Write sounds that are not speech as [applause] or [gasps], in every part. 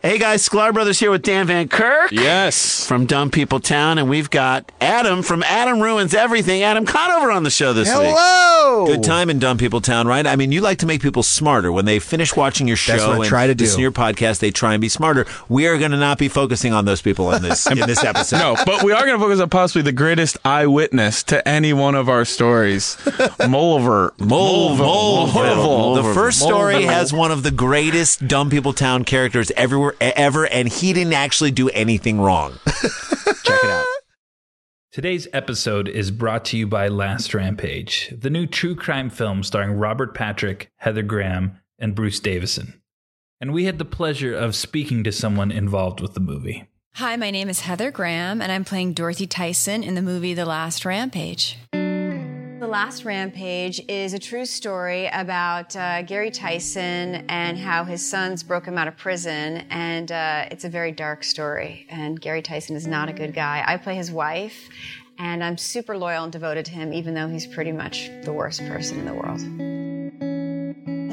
Hey guys, Sklar Brothers here with Dan Van Kirk Yes. from Dumb People Town, and we've got Adam from Adam Ruins Everything. Adam Conover on the show this week. [laughs] Hello. Good time in Dumb People Town, right? I mean, you like to make people smarter. When they finish watching your show That's what I and try to do. listen to your podcast, they try and be smarter. We are going to not be focusing on those people in [laughs] this in this episode. No, but we are going to focus on possibly the greatest eyewitness to any one of [laughs] our stories, Mulver. Mole, Mole, Mulver. The first Mulver. story has one of the greatest Dumb People Town characters everywhere, e-, ever, and he didn't actually do anything wrong. Check it out. Today's episode is brought to you by Last Rampage, the new true crime film starring Robert Patrick, Heather Graham, and Bruce Davison. And we had the pleasure of speaking to someone involved with the movie. Hi, my name is Heather Graham, and I'm playing Dorothy Tyson in the movie The Last Rampage. The Last Rampage is a true story about uh, Gary Tyson and how his sons broke him out of prison, and uh, it's a very dark story. And Gary Tyson is not a good guy. I play his wife, and I'm super loyal and devoted to him, even though he's pretty much the worst person in the world.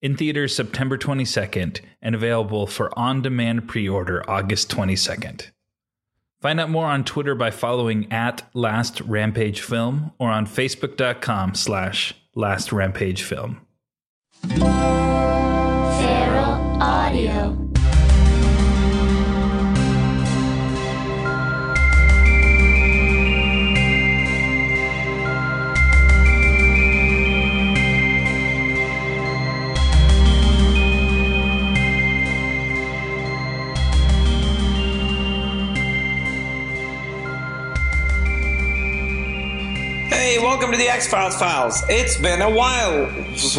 In theaters September 22nd and available for on demand pre order August 22nd. Find out more on Twitter by following at Last Rampage Film or on Facebook.com slash Last Rampage Film. Feral Audio. Hey, welcome to the X Files Files. It's been a while,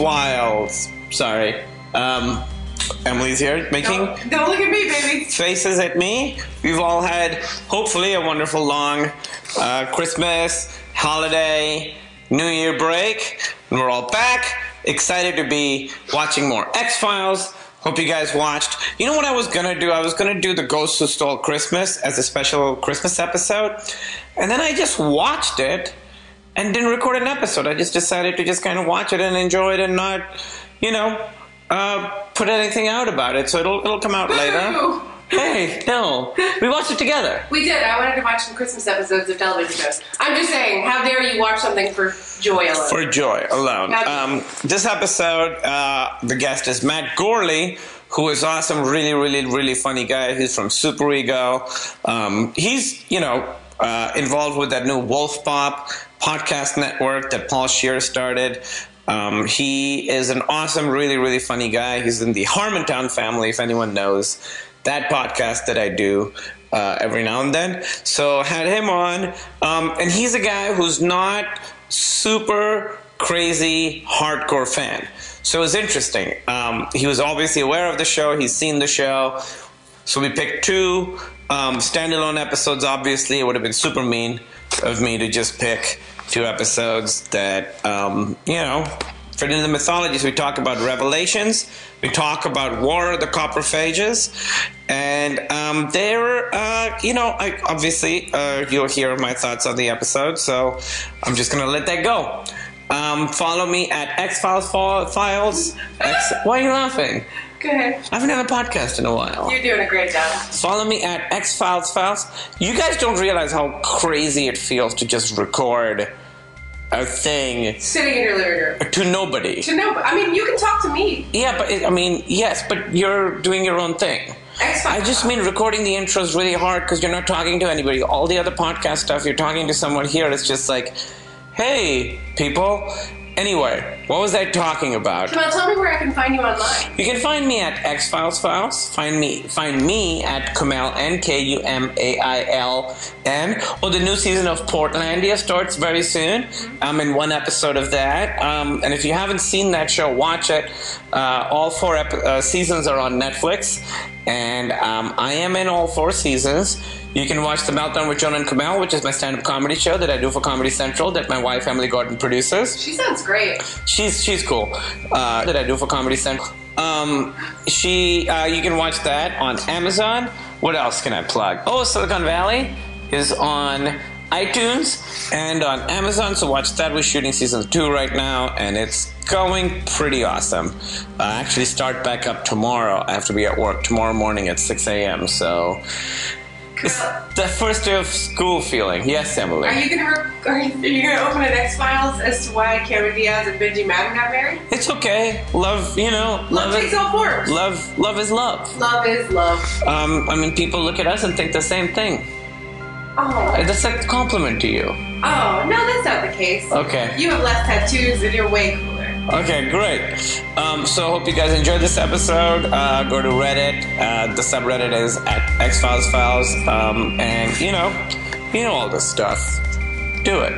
while. Sorry, um, Emily's here making Don't look at me, baby. faces at me. We've all had, hopefully, a wonderful long uh, Christmas, holiday, New Year break, and we're all back, excited to be watching more X Files. Hope you guys watched. You know what I was gonna do? I was gonna do the Ghost Who Stole Christmas as a special Christmas episode, and then I just watched it and didn't record an episode. I just decided to just kind of watch it and enjoy it and not, you know, uh, put anything out about it. So it'll it'll come out later. Boo! Hey, no, we watched it together. We did. I wanted to watch some Christmas episodes of television shows. I'm just saying, how dare you watch something for joy alone? For joy alone. Now- Um, this episode, uh, the guest is Matt Gorley, who is awesome, really, really, really funny guy. He's from Super Ego. Um, he's, you know, uh, involved with that new Wolf Pop podcast network that Paul Shear started. Um, he is an awesome, really, really funny guy. He's in the Harmontown family, if anyone knows that podcast that I do uh, every now and then. So had him on, um, and he's a guy who's not super crazy hardcore fan. So it was interesting. Um, he was obviously aware of the show. He's seen the show. So we picked two um, standalone episodes. Obviously, it would have been super mean of me to just pick two episodes that um, you know fit into the mythologies. We talk about Revelations. We talk about War of the Coprophages, and um, they're uh, you know I, obviously uh, you'll hear my thoughts on the episode. So I'm just gonna let that go. Um, follow me at X Files Files. X- Why are you laughing? Go ahead. I haven't done a podcast in a while. You're doing a great job. Follow me at X Files Files. You guys don't realize how crazy it feels to just record a thing Sitting in your living room. to nobody. To know, I mean, you can talk to me. Yeah, but it, I mean, yes, but you're doing your own thing. X I just mean recording the intro is really hard because you're not talking to anybody. All the other podcast stuff, you're talking to someone here. It's just like, hey, people. Anyway, what was I talking about? Come on, tell me where I can find you online. You can find me at X Files Files. Find me, find me at Kumail N K U M A I L N. Or the new season of Portlandia starts very soon. I'm in one episode of that. Um, and if you haven't seen that show, watch it. Uh, all four ep- uh, seasons are on Netflix, and um, I am in all four seasons. You can watch The Meltdown with John and Kumail, which is my stand-up comedy show that I do for Comedy Central that my wife Emily Gordon produces She sounds great. she's she's cool. Uh, that I do for Comedy Central. Um, she uh, you can watch that on Amazon. What else can I plug? Oh, Silicon Valley is on iTunes and on Amazon. So watch that. We're shooting season two right now, and it's going pretty awesome. I actually start back up tomorrow. I have to be at work tomorrow morning at 6 a.m. So it's the first day of school feeling. Yes, Emily. Are you gonna are you, are you gonna open an X Files as to why Cameron Diaz and Benji Madden got married? it's okay. Love, you know, Love love is takes all forms. love. Love is love. Love is love. Um, I mean, people look at us and think the same thing. Oh, That's a compliment to you. oh no, that's not the case. Okay. You have less tattoos and you're way cooler. Okay, great. Um, so, hope you guys enjoyed this episode. Uh, go to Reddit. Uh, the subreddit is at X Files Files. Um, and you know, you know all this stuff. Do it.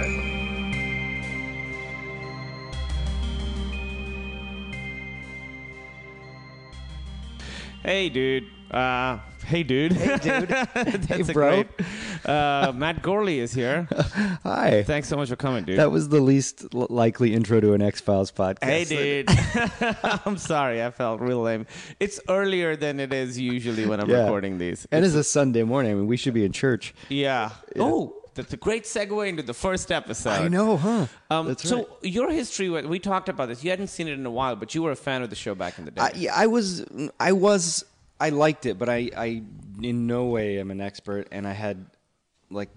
Hey, dude. Uh, hey, dude. Hey, dude. That's Hey, a bro. great- Uh, Matt Gorley is here. [laughs] Hi. Thanks so much for coming, dude. That was the least l- likely intro to an X Files podcast. Hey, dude. [laughs] I'm sorry. I felt real lame. It's earlier than it is usually when I'm Yeah. recording these. And it's a Sunday morning. I mean, we should be in church. yeah. Oh, that's a great segue into the first episode. I know, huh? Um, That's so right. your history, wa- we talked about this. You hadn't seen it in a while, but you were a fan of the show back in the day. I, yeah, I was, I was, I liked it, but I, I in no way am an expert, and I had like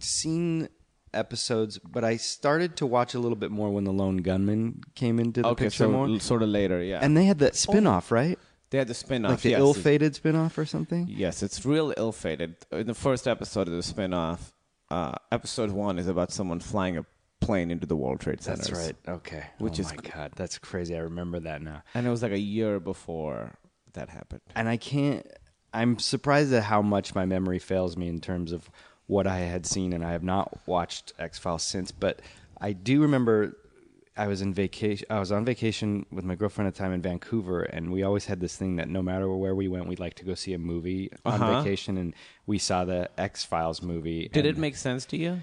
seen episodes, but I started to watch a little bit more when the Lone Gunman came into the okay, picture so more, l- sort of later, yeah. and they had that spin-off, right? they had the spin-off. Like the yes. ill-fated spin-off or something. Yes, it's real ill-fated. In the first episode of the spin-off, uh, episode one is about someone flying a plane into the World Trade Center. That's right. Okay. Which oh is my g- god, that's crazy. I remember that now. And it was like a year before that happened. and I can't. I'm surprised at how much my memory fails me in terms of what I had seen, and I have not watched X Files since. But I do remember I was in vacation. I was on vacation with my girlfriend at the time in Vancouver, and we always had this thing that no matter where we went, we'd like to go see a movie on vacation, and we saw the X Files movie. Uh-huh. Did and- it make sense to you?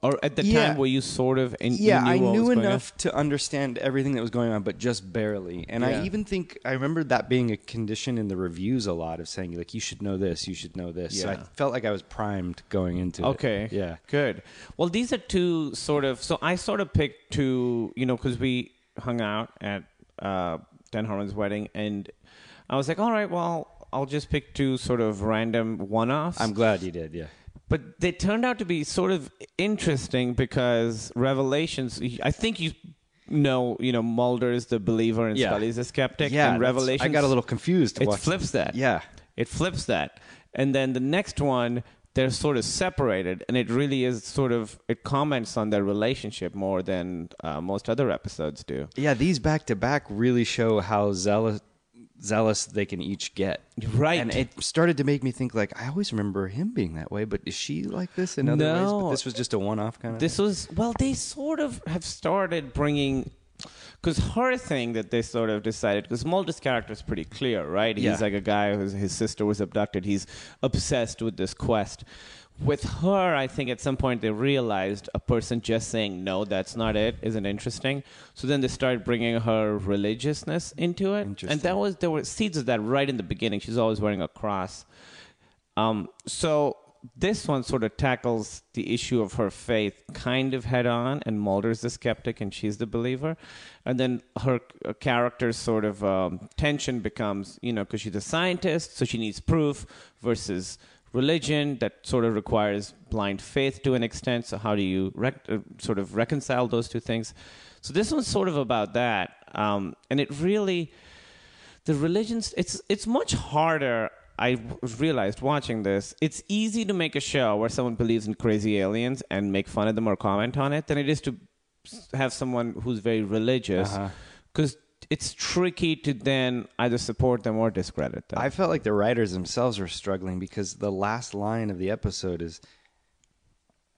Or at the Yeah. time, were you sort of in? you yeah, I knew what knew was going on? enough to understand everything that was going on, but just barely. And Yeah. I even think I remember that being a condition in the reviews a lot of saying like you should know this, you should know this. So I Yeah. felt like I was primed going into it. Okay. Yeah. Good. Well, these are two sort of. So I sort of picked two, you know, because we hung out at uh, Dan Harmon's wedding, and I was like, all right, well, I'll just pick two sort of random one offs. I'm glad you did. Yeah. But they turned out to be sort of interesting because Revelations, I think you know, you know, Mulder is the believer and Yeah. Scully is the skeptic. Yeah, And that's- Revelations. I got a little confused It watching- flips that. Yeah. It flips that. And then the next one, they're sort of separated, and it really is sort of, it comments on their relationship more than uh, most other episodes do. Yeah, these back to back really show how zealous zealous they can each get. Right. And it started to make me think like I always remember him being that way, but is she like this in other ways? But No. this was just a one off kind of This was well. They sort of have started bringing because her thing that they sort of decided because Mulder's character is pretty clear, right? Yeah. He's like a guy whose his sister was abducted. He's obsessed with this quest. With her, I think at some point they realized a person just saying no, that's not it, isn't interesting. So then they started bringing her religiousness into it, and that was there were seeds of that right in the beginning. She's always wearing a cross. Um, so this one sort of tackles the issue of her faith kind of head on, and Mulder's the skeptic and she's the believer. And then her uh, character's sort of um, tension becomes, you know, because she's a scientist, so she needs proof versus religion that sort of requires blind faith to an extent. So, how do you rec- uh, sort of reconcile those two things? So, this one's sort of about that. Um, and it really the religions it's it's much harder i w- realized watching this it's easy to make a show where someone believes in crazy aliens and make fun of them or comment on it than it is to s- have someone who's very religious because it's tricky to then either support them or discredit them. I felt like the writers themselves were struggling because the last line of the episode is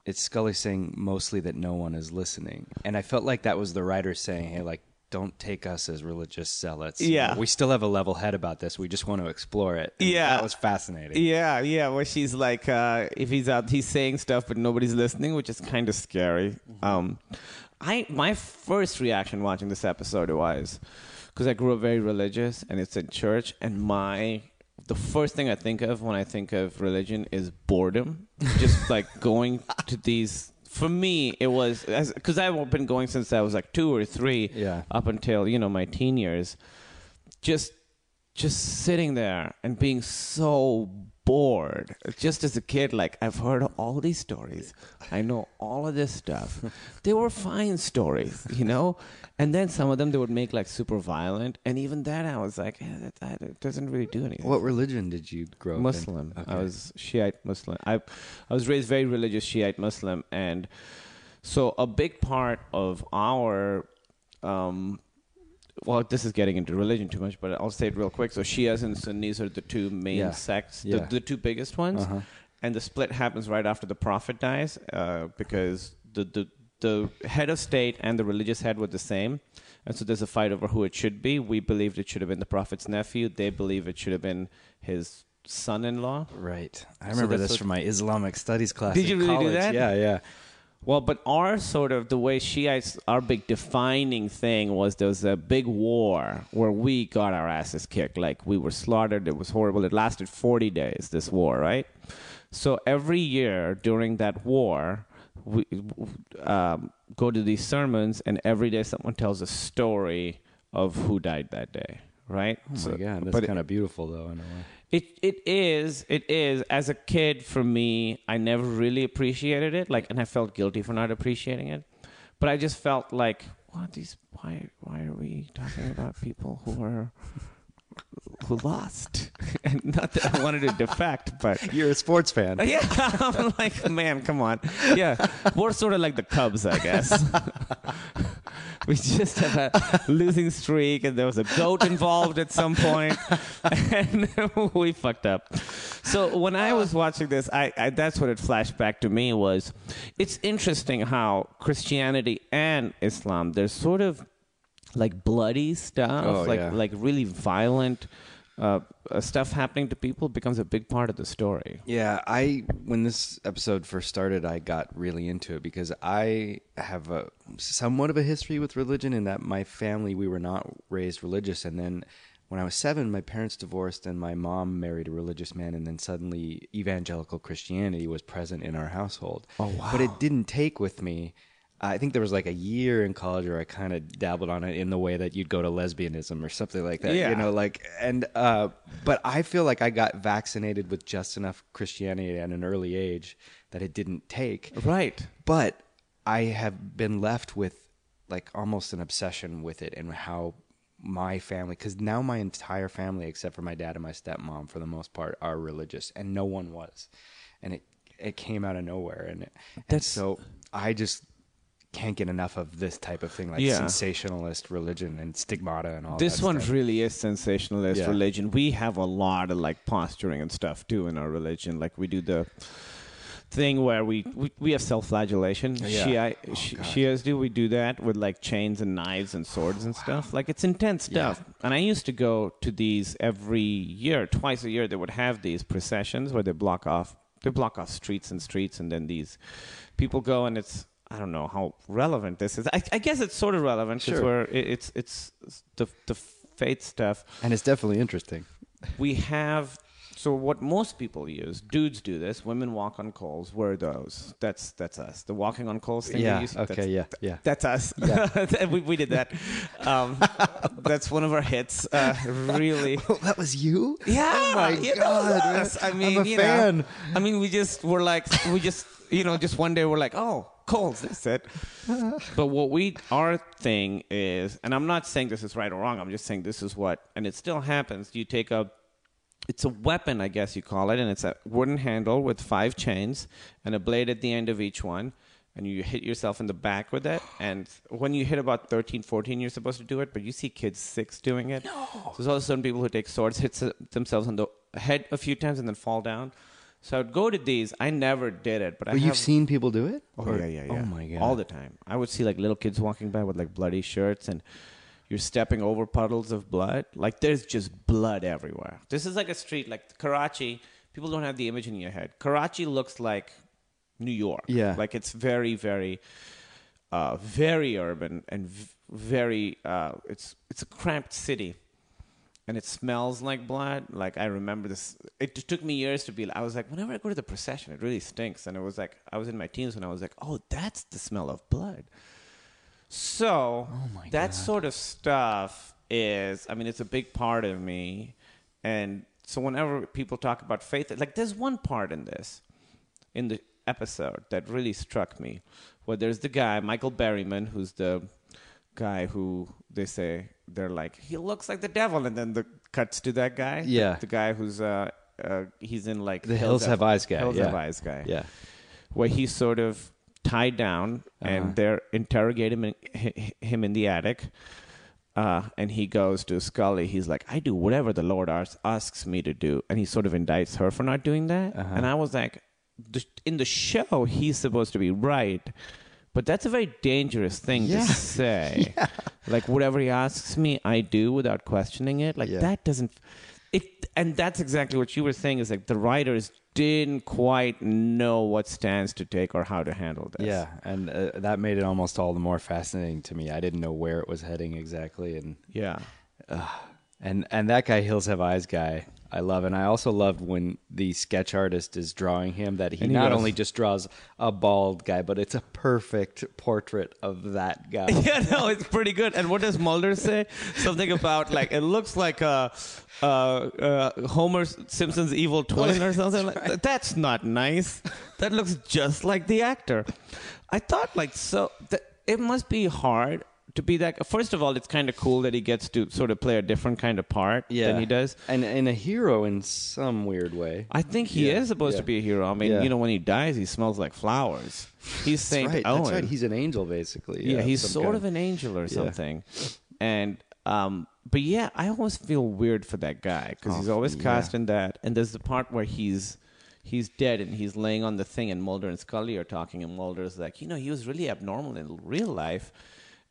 it's Scully saying mostly that no one is listening. And I felt like that was the writers saying, hey, like, don't take us as religious zealots. You Yeah. know, We still have a level head about this. We just want to explore it. And Yeah. That was fascinating. Yeah, yeah. Where she's like, uh, if he's out, he's saying stuff, but nobody's listening, which is kind of scary. Mm-hmm. Um, I my first reaction watching this episode was because I grew up very religious, and it's in church, and my the first thing I think of when I think of religion is [laughs] boredom, just like going to these. For me, it was because I've been going since I was like two or three, Yeah. up until you know my teen years just just sitting there and being so bored just as a kid like i've heard all these stories i know all of this stuff they were fine stories you know and then some of them they would make like super violent and even that i was like eh, that, that it doesn't really do anything What religion did you grow up in? Muslim. I Okay. was Shiite Muslim. I I was raised very religious Shiite Muslim, and so a big part of our um, well, this is getting into religion too much, but I'll say it real quick. So Shias and Sunnis are the two main Yeah. sects, Yeah. the, the two biggest ones, and the split happens right after the prophet dies uh, because the, the the head of state and the religious head were the same, and so there's a fight over who it should be. We believed it should have been the prophet's nephew. They believe it should have been his son-in-law. Right. I remember that's this what- from my Islamic studies class. in Did you really do college. that? Yeah, yeah. Well, but our sort of the way Shiites, our big defining thing was there was a big war where we got our asses kicked. Like we were slaughtered. It was horrible. It lasted 40 days, this war, right? So every year during that war, we um, go to these sermons, and every day someone tells a story of who died that day, right? Oh so, my God, that's but kind of beautiful, though, in a way. it it is it is as a kid for me I never really appreciated it like and I felt guilty for not appreciating it but I just felt like what these why why are we talking about people who are who lost [laughs] and not that I wanted to defect but You're a sports [laughs] fan. yeah I'm like man come on yeah we're sort of like the Cubs I guess [laughs] we just have a losing streak and there was a goat involved at some point [laughs] and we fucked up so when i was watching this I, I that's what it flashed back to me was it's interesting how christianity and islam there's sort of like bloody stuff Oh, like yeah. like really violent uh, uh, stuff happening to people becomes a big part of the story Yeah, I when this episode first started, I got really into it because I have a somewhat of a history with religion in that my family we were not raised religious and then when I was 7, my parents divorced and my mom married a religious man and then suddenly evangelical Christianity was present in our household. Oh wow. But it didn't take with me I think there was like a year in college where I kind of dabbled on it in the way that you'd go to lesbianism or something like that. Yeah. You know, like, and, uh, but I feel like I got vaccinated with just enough Christianity at an early age that it didn't take. right But I have been left with like almost an obsession with it and how my family, because now my entire family, except for my dad and my stepmom, for the most part, are religious, and no one was, and it it came out of nowhere, and, it, and so I just can't get enough of this type of thing, like Yeah. sensationalist religion and stigmata and all. This that one stuff. really is sensationalist Yeah. religion. We have a lot of like posturing and stuff too in our religion. Like we do the thing where we we, we have self-flagellation. Yeah. Shia, Sh- Shias do. We do that with like chains and knives and swords and stuff. Like it's intense stuff. And I used to go to these every year, twice a year. They would have these processions where they block off they block off streets and streets, and then these people go and it's. I don't know how relevant this is. I, I guess it's sort of relevant because Sure. we're it, it's it's the the faith stuff and it's definitely interesting. we have so what most people use dudes do this women walk on coals we're those that's that's us the walking on coals thing we Yeah, used- okay, that's- yeah, yeah. that's us [laughs] we, we did that um, that's one of our hits uh, [laughs] really Oh, that was you? yeah Oh my yeah, that god! was man. us. i mean I'm a you know, fan. i mean we just were like we just you know just one day we're like oh coals [laughs] that's it but what we our thing is and i'm not saying this is right or wrong i'm just saying this is what and it still happens you take a it's a weapon i guess you call it and it's a wooden handle with five chains and a blade at the end of each one and you hit yourself in the back with it. And when you hit about 13, 14, you're supposed to do it, but you see kids six doing it. No. There's also some people who take swords, hit s- themselves on the head a few times, and then fall down. So I'd go to these. I never did it, but I But you've have- seen people do it? Oh Or- yeah, yeah, yeah. Oh my god. All the time. I would see like little kids walking by with like bloody shirts and you're stepping over puddles of blood. Like there's just blood everywhere. This is like a street like Karachi. People don't have the image in your head. Karachi looks like New York. Yeah. Like it's very very uh, very urban and v- very uh, it's it's a cramped city and it smells like blood. Like I remember this. It t- took me years to be. I was like, whenever I go to the procession, it really stinks. And it was like I was in my teens when I was like, oh, that's the smell of blood. So that sort of stuff is. I mean, it's a big part of me. And so whenever people talk about faith, like there's one part in this, in the episode that really struck me, where there's the guy Michael Berryman, who's the guy who they say they're like he looks like the devil, and then the cuts to that guy. the- Yeah. the, guy who's uh, uh he's in like The Hills Have Eyes guy, Hills yeah. Have Eyes guy. Yeah. where he's sort of tied down Uh-huh. and they're interrogating him in, him in the attic. Uh, and he goes to Scully. He's like, I do whatever the Lord as- asks me to do. And he sort of indicts her for not doing that. Uh-huh. And I was like, the, in the show, he's supposed to be right. But that's a very dangerous thing Yeah. [laughs] to say. Like, whatever he asks me, I do without questioning it. Like, Yeah. that doesn't. It, and that's exactly what you were saying is like the writers didn't quite know what stance to take or how to handle this. Yeah, and uh, that made it almost all the more fascinating to me. I didn't know where it was heading exactly, and Yeah. and and that guy Hills Have Eyes guy, I love, and I also loved when the sketch artist is drawing him that he, And he not goes- only just draws a bald guy, but it's a perfect portrait of that [laughs] guy. [laughs] Yeah, no, it's pretty good. And what does Mulder say? Something about like it looks like uh, uh, uh, Homer Simpson's evil [laughs] twin or something. Like, that. That's not nice. That looks just like the actor. I thought like so. That it must be hard to be that. First of all, it's kind of cool that he gets to sort of play a different kind of part than he does. and and a hero in some weird way. I think he Yeah, is supposed yeah. to be a hero. I mean, Yeah. you know, when he dies, he smells like flowers. He's That's Saint right. Owen. That's right. He's an angel, basically. yeah, he's some sort kind. of an angel or something. And um, but yeah, I always feel weird for that guy because he's always cast in that. And there's the part where he's he's dead and he's laying on the thing, and Mulder and Scully are talking, and Mulder's like, you know, he was really abnormal in real life.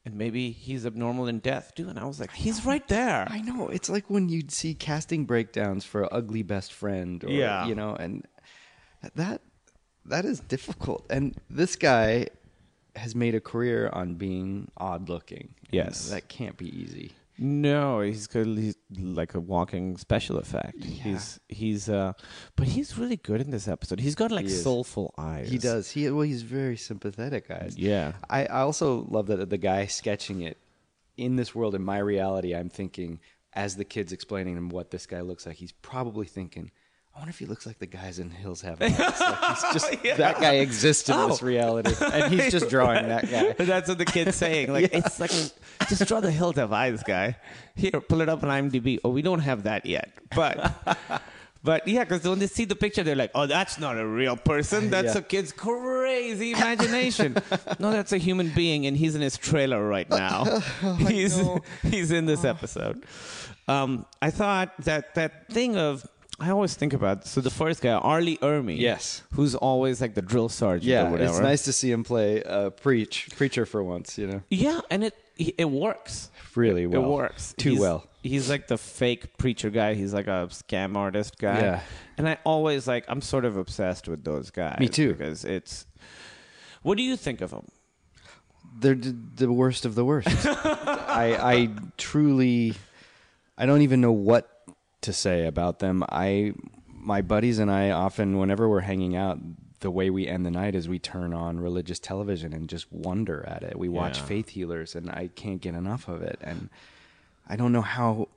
And maybe he's abnormal in death too. And I was like, he's right there. I know. It's like when you'd see casting breakdowns for Ugly Best Friend or Yeah. you know, and that that is difficult. And this guy has made a career on being odd looking. Yes. That can't be easy. No, he's good. He's like a walking special effect. He's he's uh, but he's really good in this episode. He's got like He is. soulful eyes. He does. He well, he's very sympathetic, guys. Yeah. I, I also love that the guy sketching it in this world, in my reality, I'm thinking as the kid's explaining him what this guy looks like, he's probably thinking, I wonder if he looks like the guys in Hills Have Eyes. Like, [laughs] he's just that guy exists in Oh. this reality, and he's just drawing that guy. [laughs] That's what the kid's [laughs] saying. Like it's like just draw the hill of eyes, guy. Here, pull it up on IMDb. Oh, we don't have that yet, [laughs] but. But yeah, because when they see the picture, they're like, "Oh, that's not a [laughs] real person. That's Yeah. a kid's crazy imagination." no, that's a human being, and he's in his trailer [laughs] right now. Oh [laughs] he's he's in this episode. Um, I thought that that thing of I always think about. So the first guy, Arlie Ermy, Yes. who's always like the drill sergeant. or Yeah, whatever. it's nice to see him play uh, preach preacher for once. You know, Yeah, and it it works. really well. It works too He's- well. He's like the fake preacher guy. He's like a scam artist guy. Yeah. And I always like I'm sort of obsessed with those guys. Me too. Because it's. What do you think of them? They're d- the worst of the worst. I, I truly, I don't even know what to say about them. I, my buddies and I often, whenever we're hanging out, the way we end the night is we turn on religious television and just wonder at it. We watch faith healers, and I can't get enough of it. And I don't know how,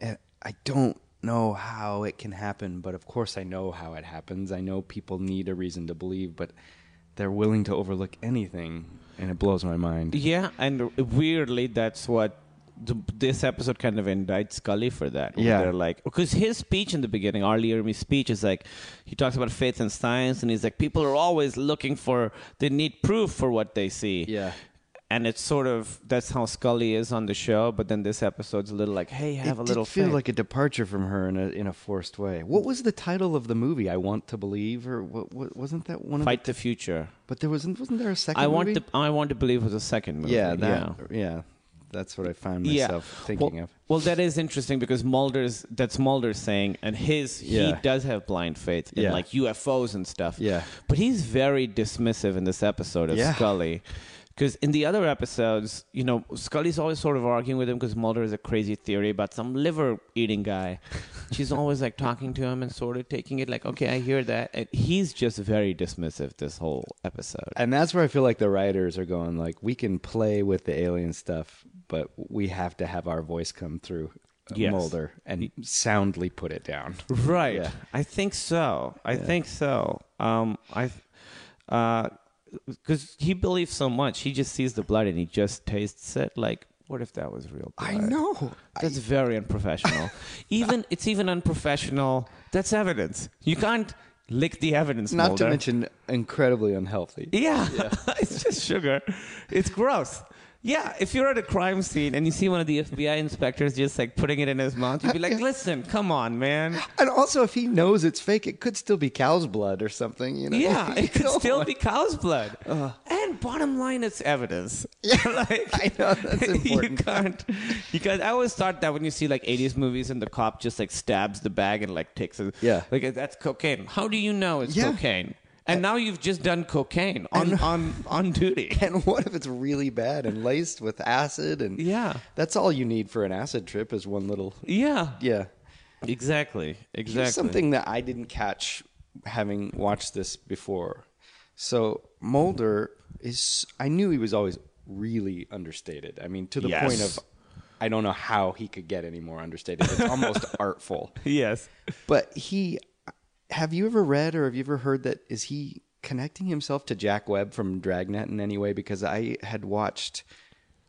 eh, I don't know how it can happen. But of course, I know how it happens. I know people need a reason to believe, but they're willing to overlook anything, and it blows my mind. Yeah, and weirdly, that's what th- this episode kind of indicts Scully for that. where Yeah. They're like, because his speech in the beginning, Arlie Ermey's speech, is like, he talks about faith and science, and he's like, people are always looking for, they need proof for what they see. Yeah. And it's sort of, that's how Scully is on the show, but then this episode's a little like, hey, have it a little did feel faith. like a departure from her in a in a forced way. What was the title of the movie? I want to believe, or what, what wasn't that one? Fight of the, the Future. but there wasn't wasn't there a second? I want movie? to. I want to believe was a second movie. Yeah, that, yeah, That's what I found myself thinking well, of. Well, that is interesting because Mulder's that's Mulder's saying, and his he Yeah. does have blind faith in Yeah. like UFOs and stuff. Yeah. but he's very dismissive in this episode of Yeah. Scully. Because in the other episodes, you know, Scully's always sort of arguing with him because Mulder has a crazy theory about some liver [laughs] eating guy. She's always like talking to him and sort of taking it like, okay, I hear that. And he's just very dismissive this whole episode. And that's where I feel like the writers are going like we can play with the alien stuff, but we have to have our voice come through uh, Yes. Mulder and soundly put it down. Right. Yeah. I think so. I think so. Um, I, because he believes so much, he just sees the blood and he just tastes it. Like, what if that was real? Blood? know. That's very unprofessional. [laughs] even it's even unprofessional. That's evidence. You can't lick the evidence. Not Mulder. to mention incredibly unhealthy. Yeah, [laughs] it's just sugar. It's gross. Yeah, if you're at a crime scene and you see one of the FBI inspectors just like putting it in his mouth, you'd be [laughs] like, "Listen, come on, man." And also, if he knows it's fake, it could still be cow's blood Oh or something. You know? Yeah, [laughs] You it could don't still want- be cow's blood. and bottom line, [laughs] it's evidence. [laughs] Yeah, I know, that's important. You can't, you can't. I always thought that when you see like '80s movies and the cop just like stabs the bag and like takes it. Yeah. like that's cocaine. How do you know it's Yeah. cocaine? And now you've just done cocaine on on [laughs] on duty. And what if it's really bad and laced with acid? And Yeah. that's all you need for an acid trip is one little. Yeah, Yeah, exactly, exactly. Here's something that I didn't catch having watched this before. So Mulder is. I knew he was always really understated. I mean, to the Yes. point of. I don't know how he could get any more understated. It's [laughs] almost artful. Yes. But he, have you ever read or have you ever heard that is he connecting himself to Jack Webb from Dragnet in any way? Because I had watched,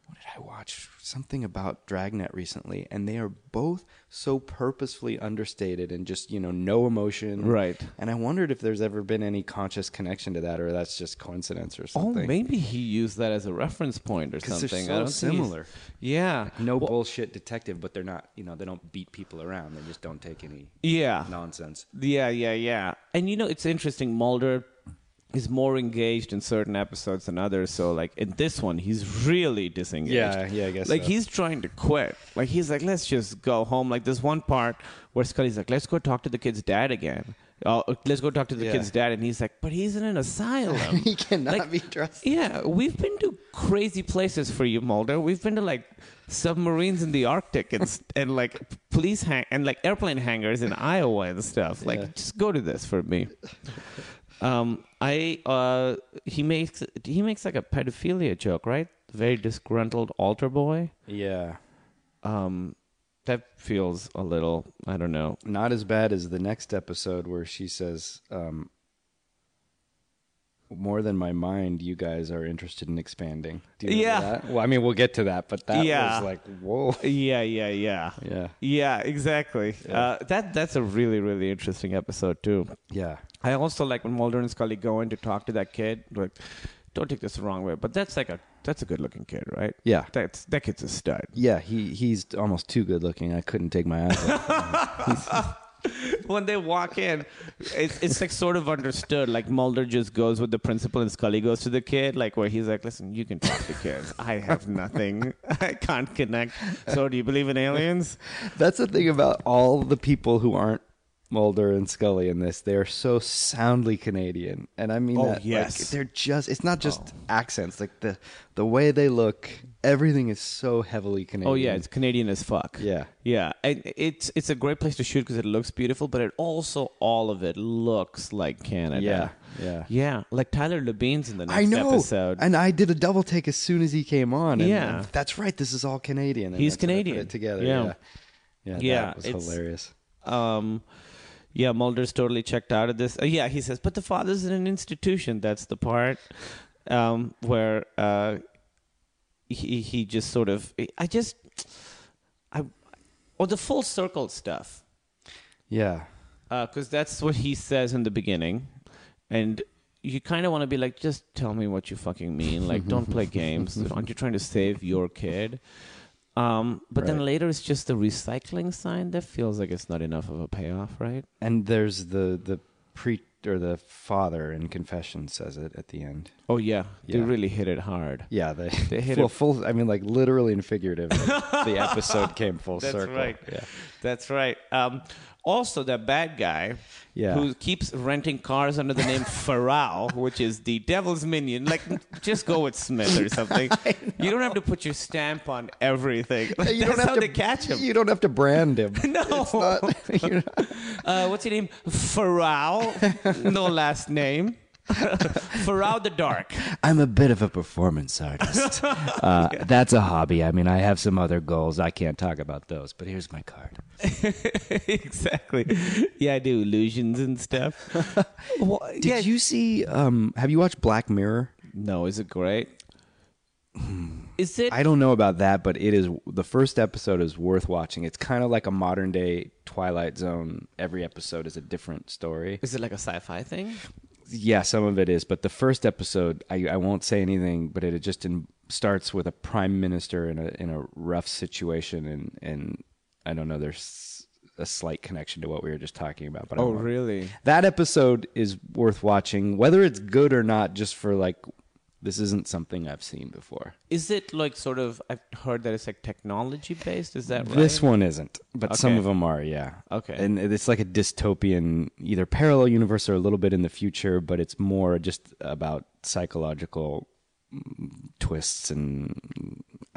what did I watch? Something about Dragnet recently, and they are both so purposefully understated and just you know no emotion, Right. And I wondered if there's ever been any conscious connection to that, or that's just coincidence or Oh, something. maybe he used that as a reference point or 'Cause something. they're I so don't think he's- similar. Yeah. No bullshit detective, but they're not. You know, they don't beat people around. They just don't take any Yeah. nonsense. Yeah, yeah, yeah. And you know, it's interesting. Mulder is more engaged in certain episodes than others. So, like in this one, he's really disengaged. Yeah, yeah, I guess Like so. he's trying to quit. Like he's like, let's just go home. Like this one part where Scully's like, let's go talk to the kid's dad again. Oh, let's go talk to the Yeah. kid's dad, and he's like, but he's in an asylum. [laughs] He cannot Like, be trusted. Yeah, we've been to crazy places for you, Mulder. We've been to like submarines in the Arctic and s- and like police hang and like airplane hangars in Iowa and stuff. Like, just go to this for me. Um, I uh, he makes he makes like a pedophilia joke, right? Very disgruntled altar boy. Yeah. Um, that feels a little I don't know. not as bad as the next episode where she says, um, "More than my mind, you guys are interested in expanding." Do you Yeah. remember That? Well, I mean, we'll get to that, but that Yeah. was like, whoa. Yeah, yeah, yeah, Yeah. yeah. Exactly. Uh, that that's a really really interesting episode too. Yeah. I also like when Mulder and Scully go in to talk to that kid. Like, don't take this the wrong way, but that's like a that's a good looking kid, right? Yeah. that's that kid's a stud. Yeah, he he's almost too good looking. I couldn't take my eyes [laughs] off. When they walk in, it's it's like sort of understood. Like Mulder just goes with the principal, and Scully goes to the kid, like where he's like, "Listen, you can talk to kids. I have nothing. [laughs] I can't connect. So, do you believe in aliens?" That's the thing about all the people who aren't Mulder and Scully in this. They are so soundly Canadian, and I mean Oh, that. like, yes. Oh. they're just. It's not just accents. Like the the way they look, everything is so heavily Canadian. Oh yeah, it's Canadian as fuck. Yeah. yeah. And it's it's a great place to shoot because it looks beautiful, but it also all of it looks like Canada. Yeah, yeah. yeah. Like Tyler Levine's in the next I know. episode. And I did a double take as soon as he came on. And Yeah. and that's right. This is all Canadian. and He's that's when I put Canadian. it together. Yeah. Yeah. Yeah. Yeah, That was it's- hilarious. um, yeah, Mulder's totally checked out of this. Uh, yeah, he says, but the father's in an institution. That's the part um, where uh, he he just sort of. I just I, or the full circle stuff. Yeah. Because Uh, that's what he says in the beginning. And you kind of want to be like, just tell me what you fucking mean. Like, don't play games. Aren't you trying to save your kid? Um, but then Right. later it's just the recycling sign. That feels like it's not enough of a payoff, right? And there's the the pre or the father in confession says it at the end. Oh, yeah. They Yeah. really hit it hard. Yeah, they, [laughs] They hit well, it- full. I mean, like literally and [laughs] figuratively, the episode came full That's circle. right. Yeah. That's right. Um, also, the bad guy Yeah. who keeps renting cars under the name [laughs] Farrell, which is the devil's minion. Like, just go with Smith [laughs] or something. You don't have to put your stamp on everything. Like, You don't [laughs] that's have how to they catch him. You don't have to brand him. [laughs] no. [laughs] uh, what's your name? Farrell. no last name. [laughs] Farrell the [laughs] Dark. [laughs] I'm a bit of a performance artist. Uh, That's a hobby. I mean, I have some other goals. I can't talk about those, but here's my card. exactly. Yeah, I do illusions and [laughs] stuff. Well, Did you see? Um, have you watched Black Mirror? No, is it great? Hmm. Is it? I don't know about that, but it is the first episode is worth watching. It's kind of like a modern day Twilight Zone. Every episode is a different story. Is it like a sci-fi thing? Yeah, some of it is, but the first episode, I, I won't say anything, but it just in, starts with a prime minister in a in a rough situation, and and I don't know. There's a slight connection to what we were just talking about, Oh, but I won't- really? that episode is worth watching, whether it's good or not. Just for like, this isn't something I've seen before. Is it like sort of? I've heard that it's like technology based. Is that right? This one isn't, but some Okay. of them are, yeah. Okay. And it's like a dystopian, either parallel universe or a little bit in the future, but it's more just about psychological mm, twists and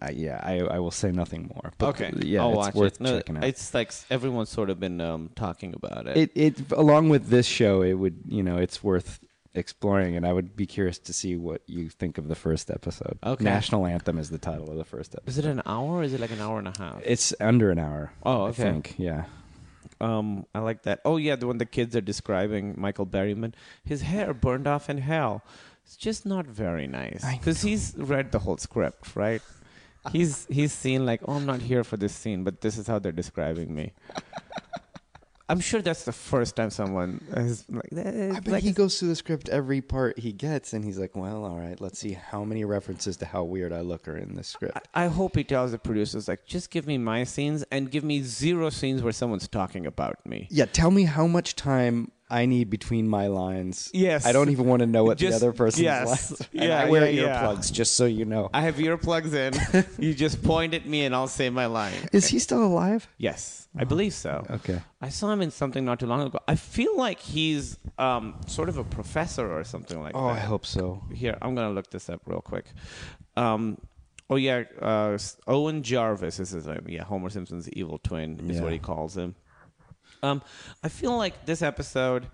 uh, yeah, I, I will say nothing more. But okay. uh, yeah, I'll it's watch worth it. No, checking out. It's like s- everyone's sort of been um, talking about it. it it along with this show, it would you know it's worth exploring, and I would be curious to see what you think of the first episode. Okay. National anthem is the title of the first episode. Is it an hour? or Is it like an hour and a half? It's under an hour. Oh, I okay. think, yeah. Um, I like that. Oh yeah, the one the kids are describing Michael Berryman. His hair burned off in hell. It's just not very nice I because he's read the whole script, right? He's he's seen like, oh, I'm not here for this scene, but this is how they're describing me. [laughs] I'm sure that's the first time someone is like, eh, I bet like he goes through the script every part he gets, and he's like, "Well, all right, let's see how many references to how weird I look are in this script." I hope he tells the producers like, just give me my scenes and give me zero scenes where someone's talking about me. Yeah, tell me how much time I need between my lines. Yes. I don't even want to know what Just- the other person's yes. lines. Are. And Yeah, I wear yeah, yeah. earplugs just so you know. I have earplugs [laughs] in. you just point at me and I'll say my line. Is he still alive? Yes, I believe so. Oh. Okay. I saw him in something not too long ago. I feel like he's um, sort of a professor or something like Oh, that. I hope so. Here, I'm going to look this up real quick. Um, oh, yeah. Uh, S- Owen Jarvis is his name. Yeah, Homer Simpson's evil twin is Yeah. what he calls him. Um, I feel like this episode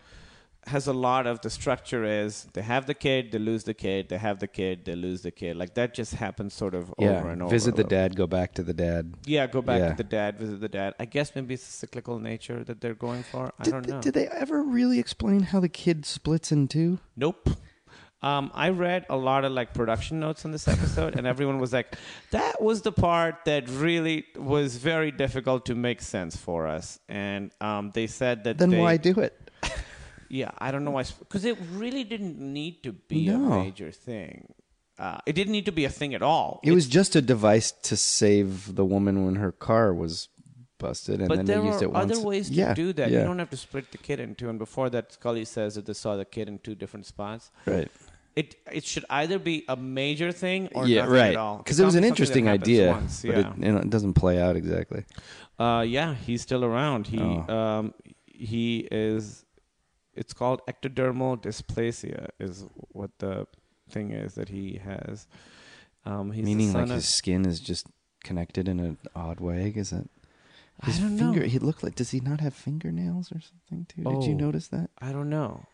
has a lot of the structure is they have the kid, they lose the kid, they have the kid, they lose the kid. Like that just happens sort of over and over. Visit a the little bit. dad. Go back to the dad. Yeah, go back Yeah. to the dad, visit the dad. I guess maybe it's a cyclical nature that they're going for. I Did, don't th- know. did they ever really explain how the kid splits in two? Nope. Um, I read a lot of like production notes on this episode, and everyone was like, "That was the part that really was very difficult to make sense for us." And um, they said that Then they, why do it? Yeah, I don't know why, because it really didn't need to be No. a major thing. Uh, it didn't need to be a thing at all. It was just a device to save the woman when her car was busted, and But then there they used are it once. other ways to Yeah, do that. yeah. You don't have to split the kid in two. And before that, Scully says that they saw the kid in two different spots. Right. It it should either be a major thing or yeah, nothing right. at all. Because it was an Something that interesting happens idea, once, but yeah. it, you know, it doesn't play out exactly. uh, yeah, he's still around. He Oh. um, he is. It's called ectodermal dysplasia, is what the thing is that he has. Um, he's the Meaning, son like of- his skin is just connected in an odd way. Is it? I His don't finger. know. He looked like. Does he not have fingernails or something too? Did you Oh. notice that? I don't know.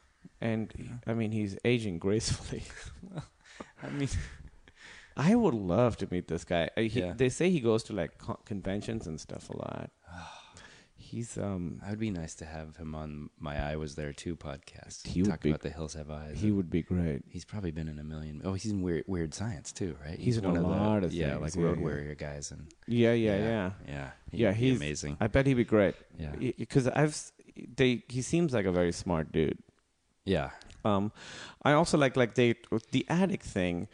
And I mean, he's aging [laughs] gracefully. [laughs] I mean, I would love to meet this guy. Uh, he- Yeah. [sighs] They say he goes to like co- conventions and stuff a lot. He's um. It would be nice to have him on my "I Was There Too" podcast. He He would talk be- about the hills have eyes. He would be great. He's probably been in a million. Oh, he's in weird, weird science too, right? He's in a lot of yeah, things, like yeah, road yeah. warrior guys and Yeah, yeah, yeah, yeah. He'd yeah, be he's amazing. I bet he'd be great. Yeah. because I've s- they he seems like a very smart dude. yeah. Um, I also like like they the attic thing.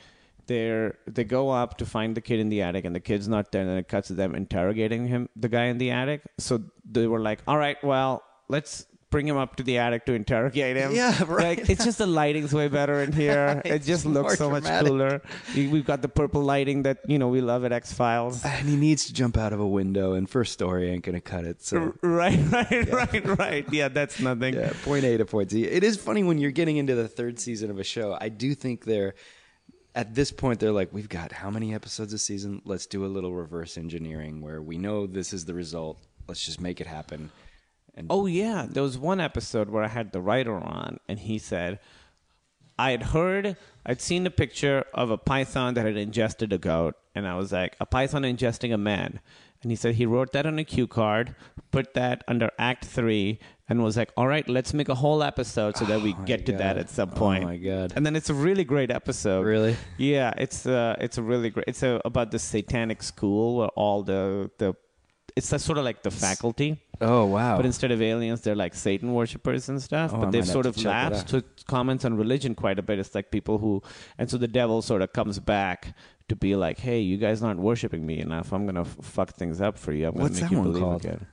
They're they go up to find the kid in the attic, and the kid's not there. And then it cuts to them interrogating him, the guy in the attic. So they were like, "All right, well, let's." Bring him up to the attic to interrogate him. Yeah, [laughs] right. Like, it's just the lighting's way better in [laughs] here. It just looks so more much dramatic. cooler. We- We've got the purple lighting that you know we love at X Files. And he needs to jump out of a window, and first story ain't gonna cut it. So [laughs] Right, right, right, right. Yeah, that's nothing. [laughs] yeah, point A to point Z. It is funny when you're getting into the third season of a show. I do think they're at this point they're like, we've got how many episodes a season? Let's do a little reverse engineering where we know this is the result. Let's just make it happen. And Oh yeah, there was one episode where I had the writer on, and he said, "I had heard, I'd seen a picture of a python that had ingested a goat, and I was like, a python ingesting a man." And he said he wrote that on a cue card, put that under Act Three, and was like, "All right, let's make a whole episode so that Oh we get to that at some point." my God. And then it's a really great episode. Really? Yeah, it's uh, it's a really great. It's uh about the satanic school where all the the. It's the, sort of like the faculty. Oh, wow. But instead of aliens, they're like Satan worshippers and stuff. Oh, I but might they've have sort to of check that lapsed out. to comments on religion quite a bit. It's like people who, and so the devil sort of comes back to be like, "Hey, you guys aren't worshiping me enough. I'm gonna f- fuck things up for you. I'm gonna What's make that you one believe called? again."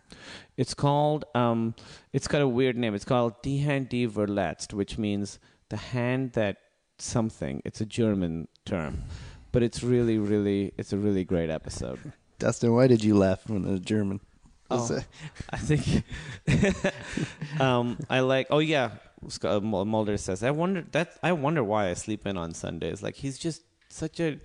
It's called. Um, it's got a weird name. It's called Die Hand die Verletzt, which means the hand that something. It's a German term, but it's really, really, it's a really great episode. Dustin, why did you laugh when the German? Oh, I think [laughs] um, I like. Oh yeah, Sc- uh, Mul- Mulder says. I wonder that. I wonder why I sleep in on Sundays. Like he's just such a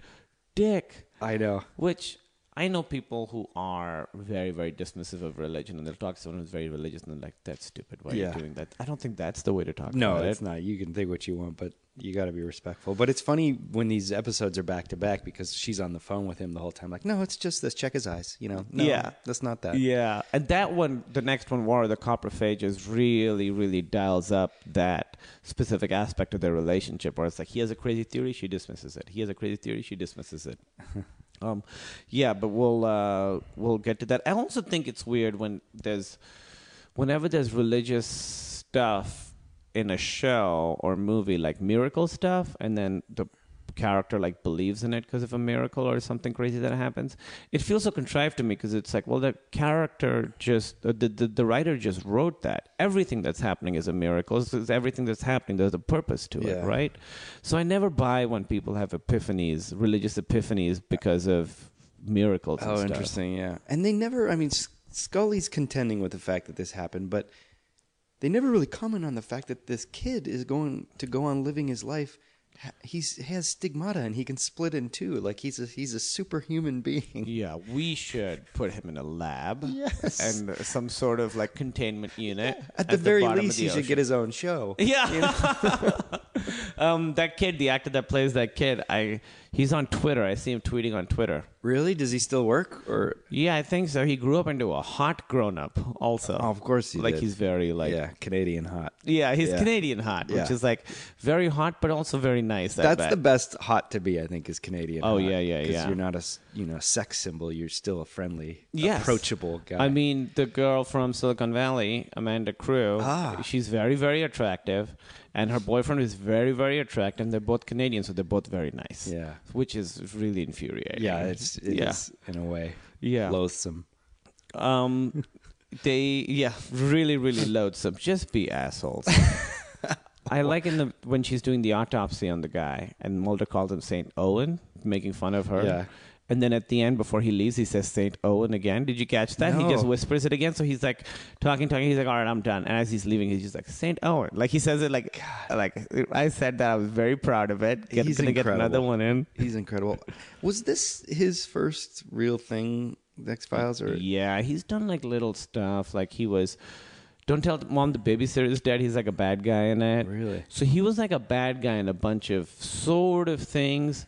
dick. I know. Which I know people who are very very dismissive of religion, and they'll talk to someone who's very religious, and they're like, "That's stupid. Why are Yeah. you doing that?" I don't think that's the way to talk. No, about it's it. not. You can think what you want, but you got to be respectful. But it's funny when these episodes are back to back because she's on the phone with him the whole time. Like, no, it's just this. Check his eyes. You know. No, Yeah. That's not that. Yeah, and that one, the next one, War of the Coprophages, really, really dials up that specific aspect of their relationship, where it's like he has a crazy theory, she dismisses it. He has a crazy theory, she dismisses [laughs] it. um, yeah, but we'll uh, we'll get to that. I also think it's weird when there's whenever there's religious stuff in a show or movie like miracle stuff and then the character like believes in it because of a miracle or something crazy that happens it feels so contrived to me because it's like well the character just the, the the writer just wrote that everything that's happening is a miracle so it's everything that's happening there's a purpose to it Yeah. right so i never buy when people have epiphanies religious epiphanies because of miracles and Oh, stuff. interesting. Yeah. And they never. I mean, S- Scully's contending with the fact that this happened, but they never really comment on the fact that this kid is going to go on living his life. Ha- He's he has stigmata and he can split in two. Like he's a, he's a superhuman [laughs] being. Yeah, we should put him in a lab and uh, some sort of like containment unit. At the very bottom of least, the he should ocean. get his own show. [laughs] Yeah. [laughs] um, that kid, the actor that plays that kid, I he's on Twitter. I see him tweeting on Twitter. Really? Does he still work or Yeah, I think so. He grew up into a hot grown up. Also, Oh, of course he like did. he's very like yeah, Canadian hot. Yeah, he's Yeah. Canadian hot, which Yeah. is like very hot, but also very nice. I That's bet. the best hot to be, I think, is Canadian. Oh, hot, yeah, yeah, 'cause yeah. You're not a s- you know sex symbol. You're still a friendly, Yes. approachable guy. I mean, the girl from Silicon Valley, Amanda Crew, Ah. she's very, very attractive, and her boyfriend is very, very attractive, and they're both Canadian, so they're both very nice. Yeah. Which is really infuriating. yeah, it's it's yeah. in a way Yeah. loathsome. Um, they, yeah, really, really loathsome. Just [laughs] be assholes. I like in the when she's doing the autopsy on the guy, and Mulder calls him Saint Owen, making fun of her. Yeah. And then at the end, before he leaves, he says Saint Owen again. Did you catch that? He No. just whispers it again. So he's like talking, talking. He's like, "All right, I'm done." And as he's leaving, he's just like Saint Owen. Like he says it like, like I said that I was very proud of it. Get, He's gonna get another incredible. one in. He's [laughs] incredible. Was this his first real thing, X Files, or Yeah, he's done like little stuff. Like he was. Don't tell mom the babysitter is dead. He's like a bad guy in it. Really? So he was like a bad guy in a bunch of sort of things.